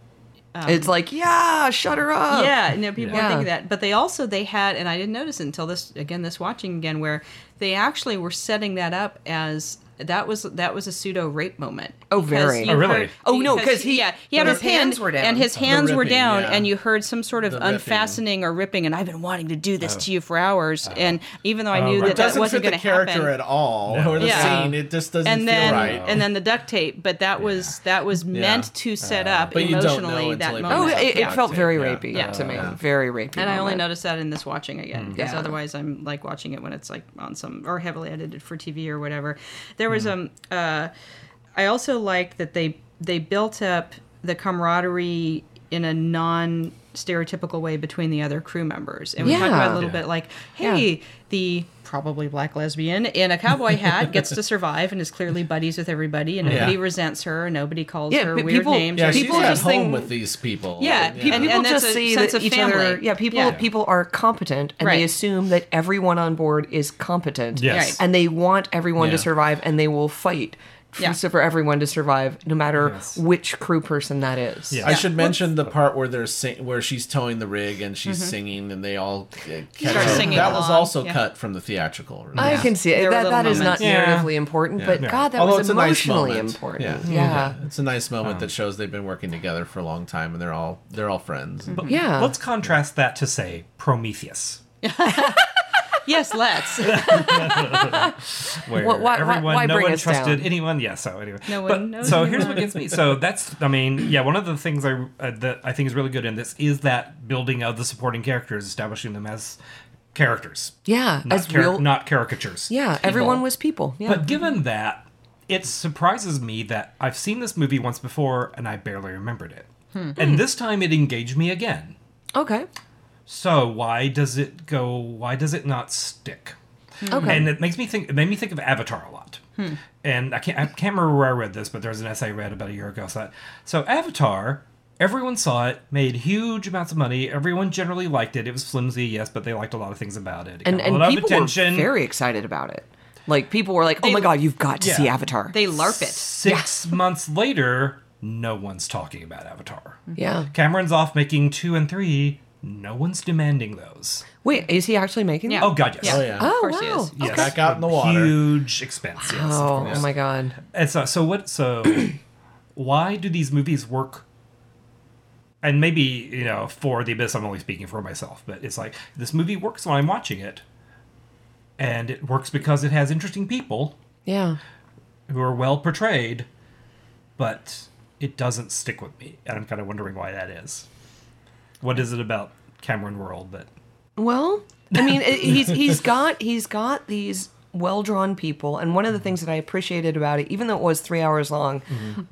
Speaker 3: it's like, yeah, shut her up.
Speaker 4: Yeah, no, people
Speaker 3: Oh. Yeah.
Speaker 4: were thinking that, but they also they had, and I didn't notice it until this again, this watching again, where they actually were setting that up as that was that was a pseudo rape moment.
Speaker 3: Oh,
Speaker 4: Because
Speaker 3: very.
Speaker 4: you
Speaker 2: Oh, really?
Speaker 4: heard-
Speaker 3: Oh, no, 'cause he-
Speaker 4: yeah, he
Speaker 3: when
Speaker 4: had her
Speaker 3: his hands
Speaker 4: pinned
Speaker 3: were down.
Speaker 4: and his
Speaker 1: The
Speaker 4: hands were
Speaker 1: ripping,
Speaker 4: down,
Speaker 1: yeah.
Speaker 4: and you heard some sort of
Speaker 1: The ripping. Oh.
Speaker 4: unfastening or ripping, and I've been wanting to do this to you for hours, and even though I knew
Speaker 2: right.
Speaker 4: that that
Speaker 1: doesn't
Speaker 4: wasn't
Speaker 1: fit
Speaker 4: going
Speaker 1: the
Speaker 4: to
Speaker 1: character
Speaker 4: happen,
Speaker 1: at all
Speaker 2: No.
Speaker 1: or the
Speaker 4: Yeah.
Speaker 1: scene. It just doesn't
Speaker 4: and then
Speaker 1: feel right.
Speaker 4: and then the duct tape, but that was that was meant to set up
Speaker 1: Uh, But you don't know
Speaker 4: emotionally that
Speaker 1: until it
Speaker 4: moment.
Speaker 3: Oh,
Speaker 1: Oh,
Speaker 3: it, it
Speaker 4: Yeah.
Speaker 3: felt very
Speaker 1: yeah.
Speaker 3: rapey
Speaker 4: Yeah.
Speaker 3: to me. Very rapey.
Speaker 4: And I only
Speaker 3: moment.
Speaker 4: noticed that in this watching again, because
Speaker 3: Mm. Yeah.
Speaker 4: otherwise I'm like watching it when it's like on some or heavily edited for TV or whatever.
Speaker 3: Mm.
Speaker 4: There was um uh, I also liked that they they built up the camaraderie in a non stereotypical way between the other crew members, and we talked about it
Speaker 3: Yeah.
Speaker 4: a little
Speaker 2: Yeah.
Speaker 4: bit like,
Speaker 3: Yeah.
Speaker 4: hey, the probably black lesbian in a cowboy hat gets to survive and is clearly buddies with everybody, and
Speaker 1: Yeah.
Speaker 4: nobody resents her, and nobody calls
Speaker 3: Yeah,
Speaker 4: her
Speaker 3: but
Speaker 4: weird
Speaker 3: people-
Speaker 4: names.
Speaker 1: yeah,
Speaker 4: or-
Speaker 1: people
Speaker 3: people
Speaker 1: she's at
Speaker 3: just
Speaker 1: home
Speaker 3: think-
Speaker 1: with these people.
Speaker 4: Yeah,
Speaker 1: you
Speaker 4: pe-
Speaker 1: know.
Speaker 4: and-
Speaker 3: people
Speaker 4: that's
Speaker 3: just
Speaker 4: a
Speaker 3: see
Speaker 4: sense
Speaker 3: that
Speaker 4: of
Speaker 3: each other.
Speaker 4: family.
Speaker 3: Yeah, people
Speaker 4: Yeah.
Speaker 3: people are competent, and they
Speaker 4: Right.
Speaker 3: assume that everyone on board is competent.
Speaker 2: Yes.
Speaker 4: Right.
Speaker 3: and they want everyone to
Speaker 1: Yeah.
Speaker 3: survive, and they will fight for,
Speaker 4: Yeah.
Speaker 3: so for everyone to survive, no matter
Speaker 2: Yes.
Speaker 3: which crew person that is.
Speaker 2: Yeah.
Speaker 1: I should mention the part where they're sing- where she's towing the rig and she's singing and they all uh, catch
Speaker 4: Start
Speaker 1: her.
Speaker 4: singing
Speaker 1: That was
Speaker 4: along,
Speaker 1: also
Speaker 4: yeah.
Speaker 1: cut from the theatrical. release.
Speaker 3: I can see
Speaker 4: There
Speaker 3: it.
Speaker 4: were
Speaker 3: That,
Speaker 4: little
Speaker 3: that is not
Speaker 4: moments.
Speaker 2: Yeah.
Speaker 3: narratively important, but
Speaker 1: Yeah.
Speaker 3: God, that
Speaker 1: Although
Speaker 3: was
Speaker 1: it's a nice
Speaker 3: emotionally
Speaker 1: moment.
Speaker 3: important.
Speaker 1: Yeah.
Speaker 3: yeah.
Speaker 1: It's a nice moment
Speaker 2: Um,
Speaker 1: that shows they've been working together for a long time and they're all they're all friends.
Speaker 2: But
Speaker 3: Yeah.
Speaker 2: Let's contrast that to say Prometheus.
Speaker 4: yes, let's.
Speaker 2: where
Speaker 3: Why- why-
Speaker 2: everyone,
Speaker 3: why
Speaker 2: no
Speaker 3: bring
Speaker 2: one
Speaker 3: us
Speaker 2: trusted
Speaker 3: down?
Speaker 2: anyone. Yeah. So anyway,
Speaker 4: No one
Speaker 2: But-
Speaker 4: knows
Speaker 2: So
Speaker 4: anyone.
Speaker 2: here's what gets me. So that's, I mean, yeah. One of the things I uh, that I think is really good in this is that building of the supporting characters, establishing them as characters,
Speaker 3: Yeah,
Speaker 2: not,
Speaker 3: as
Speaker 2: char-
Speaker 3: real.
Speaker 2: not caricatures.
Speaker 3: yeah, everyone was people. Yeah.
Speaker 2: But given that, it surprises me that I've seen this movie once before and I barely remembered it,
Speaker 3: Hmm.
Speaker 2: and this time it engaged me again.
Speaker 3: okay.
Speaker 2: So why does it go? Why does it not stick?
Speaker 3: Hmm. Okay. Hmm.
Speaker 2: And it makes me think. It made me think of Avatar a lot. And I can't. I can't remember where I read this, but there was an essay I read about a year ago. So, so Avatar. Everyone saw it, made huge amounts of money. Everyone generally liked it. It was flimsy, yes, but they liked a lot of things about it. It
Speaker 3: and
Speaker 2: got a
Speaker 3: and
Speaker 2: lot of
Speaker 3: people
Speaker 2: attention.
Speaker 3: were very excited about it. Like people were like, "Oh my god, you've got to
Speaker 2: yeah.
Speaker 3: see Avatar."
Speaker 4: They LARP it.
Speaker 2: Six months later, no one's talking about Avatar.
Speaker 3: yeah.
Speaker 2: Cameron's off making two and three. No one's demanding those.
Speaker 3: Wait, is he actually making?
Speaker 4: Yeah.
Speaker 3: That?
Speaker 2: Oh God, yes.
Speaker 1: Oh, yeah.
Speaker 3: Oh,
Speaker 4: Of course he
Speaker 3: wow.
Speaker 4: is.
Speaker 2: Yes.
Speaker 1: Back out in the water.
Speaker 2: Huge expense. Yes, of
Speaker 3: Oh,
Speaker 2: course.
Speaker 3: oh my god.
Speaker 2: And so, so what? So, why do these movies work? And maybe you know, for the abyss, I'm only speaking for myself. But it's like this movie works when I'm watching it, and it works because it has interesting people
Speaker 3: Yeah.
Speaker 2: who are well portrayed, but it doesn't stick with me, and I'm kind of wondering why that is. What is it about Cameron World that?
Speaker 3: Well, I mean, it- he's he's got he's got these well-drawn people, and one of the things that I appreciated about it, even though it was three hours long,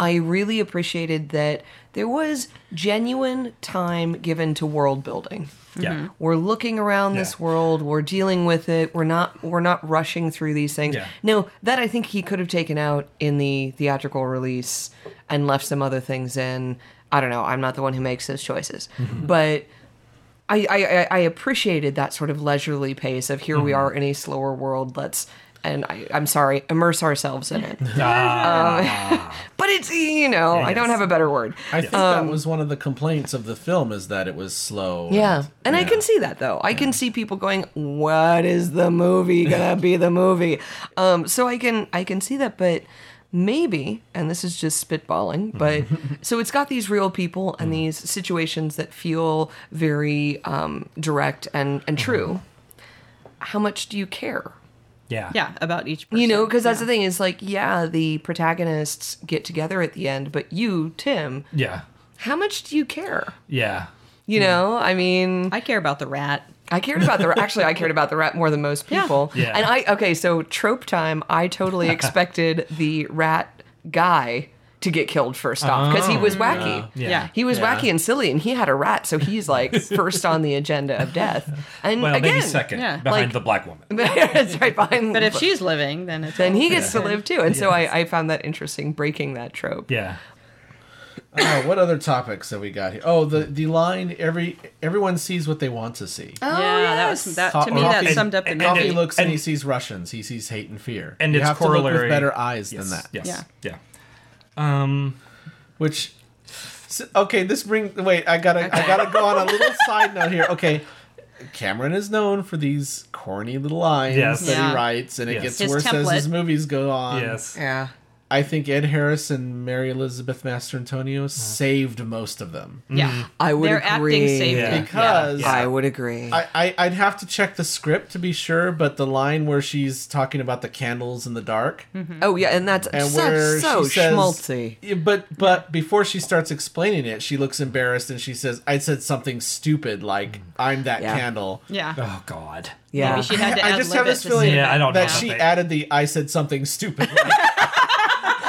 Speaker 3: I really appreciated that there was genuine time given to world building.
Speaker 4: Mm-hmm.
Speaker 2: Yeah.
Speaker 3: We're looking around this
Speaker 2: Yeah.
Speaker 3: world. We're dealing with it. We're not. We're not rushing through these things.
Speaker 2: Yeah.
Speaker 3: No, that I think he could have taken out in the theatrical release and left some other things in. I don't know. I'm not the one who makes those choices,
Speaker 2: Mm-hmm.
Speaker 3: but I, I I- I appreciated that sort of leisurely pace of here we
Speaker 2: Mm-hmm.
Speaker 3: are in a slower world. Let's and I, I'm sorry, immerse ourselves in it.
Speaker 2: Ah,
Speaker 4: Uh,
Speaker 3: but it's you know I don't
Speaker 2: yes.
Speaker 3: have a better word.
Speaker 1: I think that was one of the complaints of the film is that it was slow.
Speaker 3: Yeah.
Speaker 1: and-
Speaker 3: And I can see that though. I can see people going, "What is the movie going to be the movie?" Um so I can I can see that but maybe and this is just spitballing, but so it's got these real people and these situations that feel very um direct and and true. How much do you care?
Speaker 2: Yeah.
Speaker 4: Yeah, about each person.
Speaker 3: You know, because that's
Speaker 4: yeah.
Speaker 3: the thing. It's like, yeah, the protagonists get together at the end, but you, Tim,
Speaker 2: Yeah.
Speaker 3: how much do you care?
Speaker 2: Yeah.
Speaker 3: You know, I mean,
Speaker 4: I care about the rat.
Speaker 3: I cared about the actually I cared about the rat more than most
Speaker 4: Yeah.
Speaker 3: people.
Speaker 2: Yeah.
Speaker 3: And I okay, so trope time, I totally expected the rat guy to get killed first off because he was wacky.
Speaker 2: Oh. Yeah.
Speaker 4: Yeah.
Speaker 3: He was
Speaker 1: Yeah.
Speaker 3: wacky and silly and he had a rat, so he's like first on the agenda of death. And
Speaker 2: Well,
Speaker 3: again,
Speaker 2: maybe second
Speaker 4: Mm, yeah.
Speaker 2: behind
Speaker 3: Like-
Speaker 2: the black woman.
Speaker 3: it's right behind
Speaker 4: But if she's living, then it's
Speaker 3: then
Speaker 4: all
Speaker 3: he gets
Speaker 4: good.
Speaker 3: to live too. And so I, I found that interesting breaking that trope.
Speaker 2: Yeah.
Speaker 1: Oh, what other topics have we got here? Oh, the the line every everyone sees what they want to see.
Speaker 4: Yeah,
Speaker 3: Oh,
Speaker 4: that was that
Speaker 1: Co-
Speaker 4: to me that
Speaker 1: coffee-
Speaker 4: summed up the
Speaker 2: and-
Speaker 1: Coffee
Speaker 4: movie.
Speaker 2: it-
Speaker 1: looks and,
Speaker 2: and-
Speaker 1: he sees Russians. He sees hate and fear.
Speaker 2: And
Speaker 1: you
Speaker 2: it's
Speaker 1: have to look
Speaker 2: corollary-
Speaker 1: with better eyes than that.
Speaker 2: Yes.
Speaker 4: Yeah.
Speaker 2: Yeah. Um.
Speaker 1: Which, s- okay, this bring. Wait, I gotta I gotta go on a little side note here. Okay, Cameron is known for these corny little lines
Speaker 2: Yes.
Speaker 1: that
Speaker 4: Yeah.
Speaker 1: he writes, and it
Speaker 2: Yes.
Speaker 1: gets
Speaker 4: His
Speaker 1: worse as
Speaker 4: template.
Speaker 1: his movies go on.
Speaker 2: Yes.
Speaker 3: Yeah.
Speaker 1: I think Ed Harris and Mary Elizabeth Master Antonio
Speaker 2: Uh-huh.
Speaker 1: saved most of them
Speaker 4: Yeah.
Speaker 3: Mm. I would
Speaker 4: Their acting
Speaker 3: agree.
Speaker 4: saved
Speaker 2: Yeah.
Speaker 4: it.
Speaker 1: because
Speaker 3: I would agree.
Speaker 1: I, I I'd have to check the script to be sure, but the line where she's talking about the candles in the dark,
Speaker 3: oh yeah, and that's
Speaker 1: and
Speaker 3: such
Speaker 1: where
Speaker 3: so
Speaker 1: she says,
Speaker 3: schmaltzy.
Speaker 1: Yeah, But but before she starts explaining it, she looks embarrassed and she says, "I said something stupid like I'm that
Speaker 3: Yeah.
Speaker 1: candle."
Speaker 4: Yeah. yeah.
Speaker 2: Oh God.
Speaker 3: Yeah.
Speaker 4: Maybe she had to
Speaker 1: I
Speaker 4: ad-lib
Speaker 1: just have
Speaker 4: it
Speaker 1: this
Speaker 4: to
Speaker 1: feeling
Speaker 4: save
Speaker 2: Yeah, I don't
Speaker 4: it.
Speaker 2: know
Speaker 1: that
Speaker 2: about
Speaker 1: she
Speaker 2: that.
Speaker 1: added the "I said something stupid"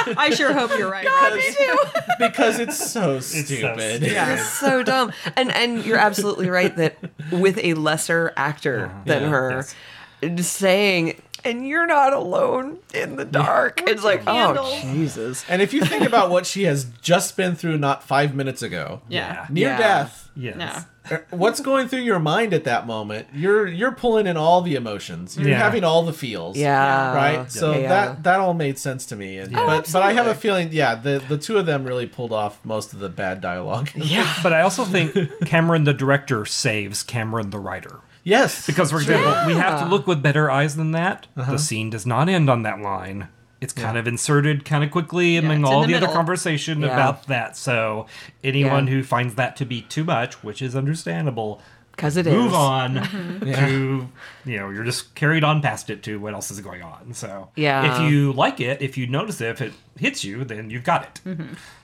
Speaker 4: I sure hope you're right. Robbie.
Speaker 1: because it's so
Speaker 2: It's so
Speaker 1: stupid.
Speaker 2: stupid.
Speaker 1: yeah.
Speaker 3: It's so dumb. And and you're absolutely right that with a lesser actor than
Speaker 1: Uh-huh. Yeah,
Speaker 3: her saying and you're not alone in the dark. It's like, oh
Speaker 4: candles.
Speaker 3: Jesus.
Speaker 1: And if you think about what she has just been through, not five minutes ago,
Speaker 4: Yeah.
Speaker 1: near
Speaker 3: Yeah.
Speaker 1: death.
Speaker 2: Yes.
Speaker 4: No.
Speaker 1: er, What's going through your mind at that moment? You're you're pulling in all the emotions. You're
Speaker 2: Yeah.
Speaker 1: having all the feels.
Speaker 3: Yeah.
Speaker 1: right? So
Speaker 3: Uh, Yeah.
Speaker 1: that that all made sense to me, and but but I have a feeling, yeah, the the two of them really pulled off most of the bad dialogue.
Speaker 3: Yeah.
Speaker 2: But I also think Cameron the director saves Cameron the writer.
Speaker 1: yes,
Speaker 2: Because, for example, we have to look with better eyes than that.
Speaker 1: Uh-huh.
Speaker 2: The scene does not end on that line. It's kind of inserted kind of quickly
Speaker 4: Yeah,
Speaker 2: among
Speaker 4: it's in
Speaker 2: all
Speaker 4: the
Speaker 2: the, other
Speaker 4: middle.
Speaker 2: conversation
Speaker 3: Yeah.
Speaker 2: about that. So, anyone
Speaker 3: Yeah.
Speaker 2: who finds that to be too much, which is understandable,
Speaker 3: Cuz it is.
Speaker 2: move on to, you know, you're just carried on past it to what else is going on. So,
Speaker 3: Yeah.
Speaker 2: if you like it, if you notice it, if it hits you, then you've got it.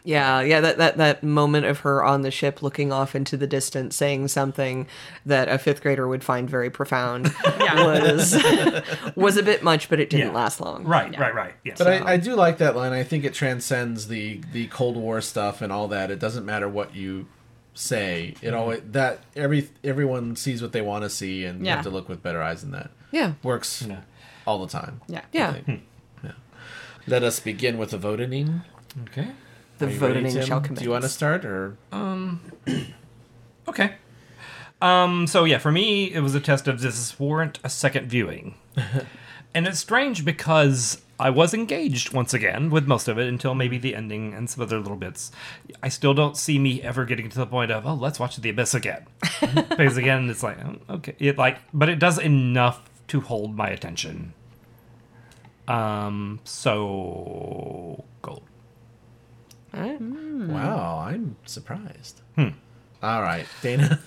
Speaker 3: Yeah, yeah, that, that that moment of her on the ship looking off into the distance saying something that a fifth grader would find very profound was was a bit much, but it didn't
Speaker 2: Yeah.
Speaker 3: last long.
Speaker 2: Right, right, right. Yes.
Speaker 1: but I, I do like that line. I think it transcends the the Cold War stuff and all that. It doesn't matter what you say. It always that every everyone sees what they want to see, and you
Speaker 4: Yeah.
Speaker 1: have to look with better eyes than that.
Speaker 3: Yeah.
Speaker 1: Works
Speaker 2: Yeah.
Speaker 1: all the time.
Speaker 4: Yeah.
Speaker 1: I
Speaker 3: Yeah.
Speaker 1: think. yeah. Let us begin with the voting.
Speaker 2: okay.
Speaker 3: The voting shall commence.
Speaker 1: Do you want to start or
Speaker 2: Okay. Um, so yeah, for me, it was a test of does this warrant a second viewing? and it's strange because I was engaged once again with most of it until maybe the ending and some other little bits. I still don't see me ever getting to the point of oh, let's watch The Abyss again, because again, it's like oh, okay, it like, but it does enough to hold my attention. Um, so gold.
Speaker 1: wow? I'm surprised. All right, Dana.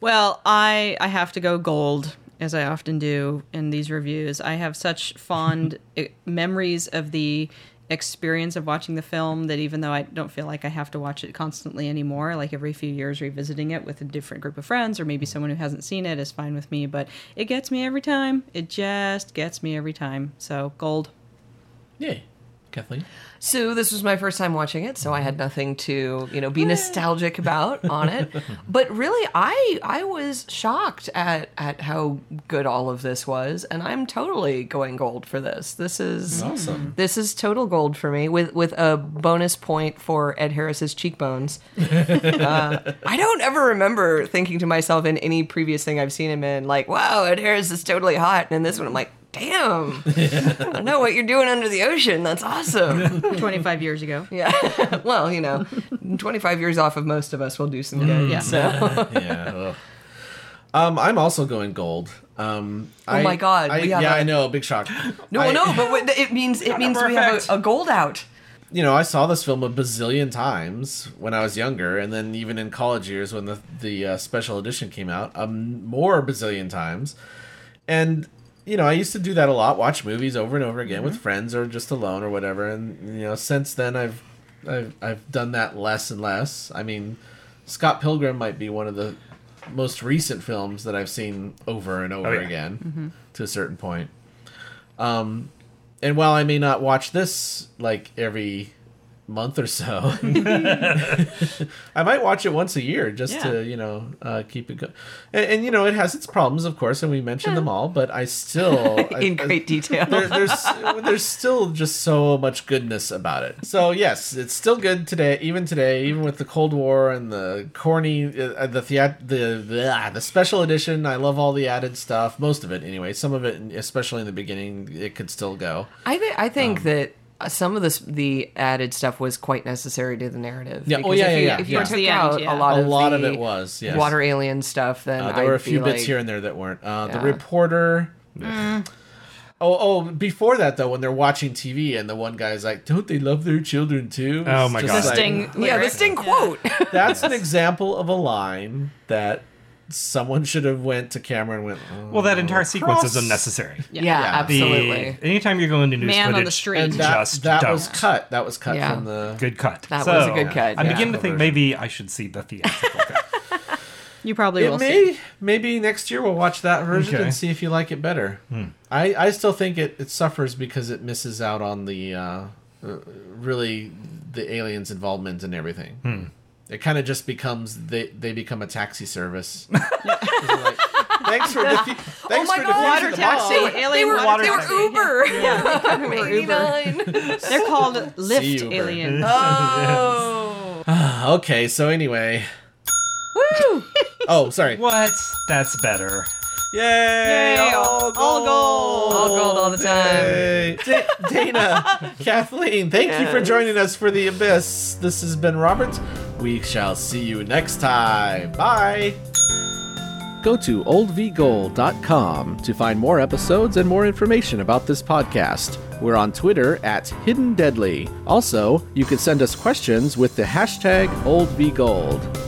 Speaker 4: Well, I I have to go gold as I often do in these reviews. I have such fond eh, memories of the experience of watching the film that even though I don't feel like I have to watch it constantly anymore, like every few years revisiting it with a different group of friends or maybe someone who hasn't seen it is fine with me, but it gets me every time. It just gets me every time. So, gold.
Speaker 1: Yay, Kathleen.
Speaker 3: So this was my first time watching it, so I had nothing to, you know, be nostalgic about on it. But really I I was shocked at at how good all of this was, and I'm totally going gold for this. This is
Speaker 1: Awesome.
Speaker 3: This is total gold for me with with a bonus point for Ed Harris's cheekbones. Uh, I don't ever remember thinking to myself in any previous thing I've seen him in like, "Wow, Ed Harris is totally hot." And in this one I'm like, "Damn. I don't know what you're doing under the ocean. That's awesome."
Speaker 4: 25 years ago.
Speaker 3: Yeah. well, you know, 25 years off of most of us will do some good.
Speaker 4: Yeah.
Speaker 3: So,
Speaker 1: yeah. ugh. Um, I'm also going gold. Um, oh
Speaker 3: my God,
Speaker 1: I,
Speaker 3: we have
Speaker 1: yeah,
Speaker 3: a-
Speaker 1: I know. Big shock.
Speaker 3: no,
Speaker 1: I,
Speaker 3: no, but what, it means it means we have
Speaker 2: Perfect.
Speaker 3: a, a gold out.
Speaker 1: You know, I saw this film a bazillion times when I was younger, and then even in college years when the the uh, special edition came out, um, more bazillion times. And you know, I used to do that a lot. Watch movies over and over again
Speaker 2: Mm-hmm.
Speaker 1: with friends or just alone or whatever. And you know, since then, I've I've I've done that less and less. I mean, Scott Pilgrim might be one of the most recent films that I've seen over and over
Speaker 2: Oh, yeah.
Speaker 1: again to a certain point. Um, and while I may not watch this like every month or so, I might watch it once a year just
Speaker 4: Yeah.
Speaker 1: to you know uh, keep it going. And, and you know it has its problems, of course, and we mentioned them all. But I still I-
Speaker 3: In
Speaker 1: I-
Speaker 3: great detail.
Speaker 1: there, there's there's still just so much goodness about it. So yes, it's still good today, even today, even with the Cold War and the corny, uh, the theat, the the, the special edition. I love all the added stuff, most of it anyway. Some of it, especially in the beginning, it could still go.
Speaker 3: I think I think that uh, some of this, the added stuff was quite necessary to the narrative.
Speaker 1: Yeah, oh,
Speaker 3: because
Speaker 1: yeah,
Speaker 3: if
Speaker 1: yeah,
Speaker 3: you,
Speaker 1: yeah,
Speaker 3: If
Speaker 1: yeah.
Speaker 3: you took
Speaker 4: The end,
Speaker 3: out
Speaker 4: yeah.
Speaker 3: a lot
Speaker 1: A
Speaker 3: of
Speaker 1: lot of
Speaker 3: the
Speaker 1: it was, yes.
Speaker 3: water alien stuff, then
Speaker 1: Uh, there were
Speaker 3: I'd
Speaker 1: a few
Speaker 3: be
Speaker 1: bits
Speaker 3: like-
Speaker 1: here and there that weren't. Uh, The
Speaker 3: Yeah. Mm.
Speaker 1: reporter. Oh, oh! Before that though, when they're watching TV and the one guy's like, "Don't they love their children too?"
Speaker 2: Oh
Speaker 1: It's
Speaker 2: my
Speaker 1: just
Speaker 2: God.
Speaker 4: The
Speaker 2: Like-
Speaker 4: sting.
Speaker 3: Yeah, the
Speaker 4: lyric.
Speaker 3: sting quote.
Speaker 1: That's an example of a line that someone should have went to camera and went. "Oh."
Speaker 2: Well, that entire sequence is
Speaker 1: Cross.
Speaker 2: unnecessary.
Speaker 3: yeah,
Speaker 1: Yeah.
Speaker 2: The-
Speaker 3: absolutely.
Speaker 2: anytime you're going to news
Speaker 4: Man on the
Speaker 2: footage,
Speaker 4: street.
Speaker 1: and that,
Speaker 2: just
Speaker 1: that
Speaker 2: don't.
Speaker 1: was cut. That was cut
Speaker 3: Yeah.
Speaker 1: from the.
Speaker 2: Good cut.
Speaker 3: That was a good cut,
Speaker 2: I'm
Speaker 3: yeah.
Speaker 2: beginning to think
Speaker 1: Version.
Speaker 2: maybe I should see the theatrical cut.
Speaker 4: You probably
Speaker 1: It
Speaker 4: will see.
Speaker 1: may maybe next year we'll watch that version
Speaker 2: Okay. Hmm.
Speaker 1: and see if you like it better. I I still think it it suffers because it misses out on the uh, uh, really the aliens' involvement and everything.
Speaker 2: Hmm.
Speaker 1: It kind of just becomes they they become a taxi service. Like, thanks for defu- thanks
Speaker 3: my
Speaker 1: for
Speaker 3: God,
Speaker 1: defusing
Speaker 4: Oh Water
Speaker 1: the
Speaker 4: taxi,
Speaker 1: bomb.
Speaker 4: alien
Speaker 3: They were,
Speaker 4: water
Speaker 3: they were
Speaker 4: taxi.
Speaker 3: Uber.
Speaker 4: were Uber.
Speaker 3: 89.
Speaker 4: They're called
Speaker 1: See you,
Speaker 4: Lyft
Speaker 1: Bert.
Speaker 4: aliens.
Speaker 3: Oh.
Speaker 1: Okay, so anyway,
Speaker 3: Woo.
Speaker 1: oh sorry,
Speaker 2: What? That's better.
Speaker 1: yay,
Speaker 4: Yay, all- all gold.
Speaker 3: All gold
Speaker 1: Oh,
Speaker 3: all the time.
Speaker 1: Yay. Da- Dana, Kathleen, thank you for
Speaker 3: Yes.
Speaker 1: joining us for The Abyss. This has been Robert. We shall see you next time. Bye. Go to oldvgold.com to find more episodes and more information about this podcast. We're on Twitter at Hidden Deadly. Also, you can send us questions with the hashtag oldvgold.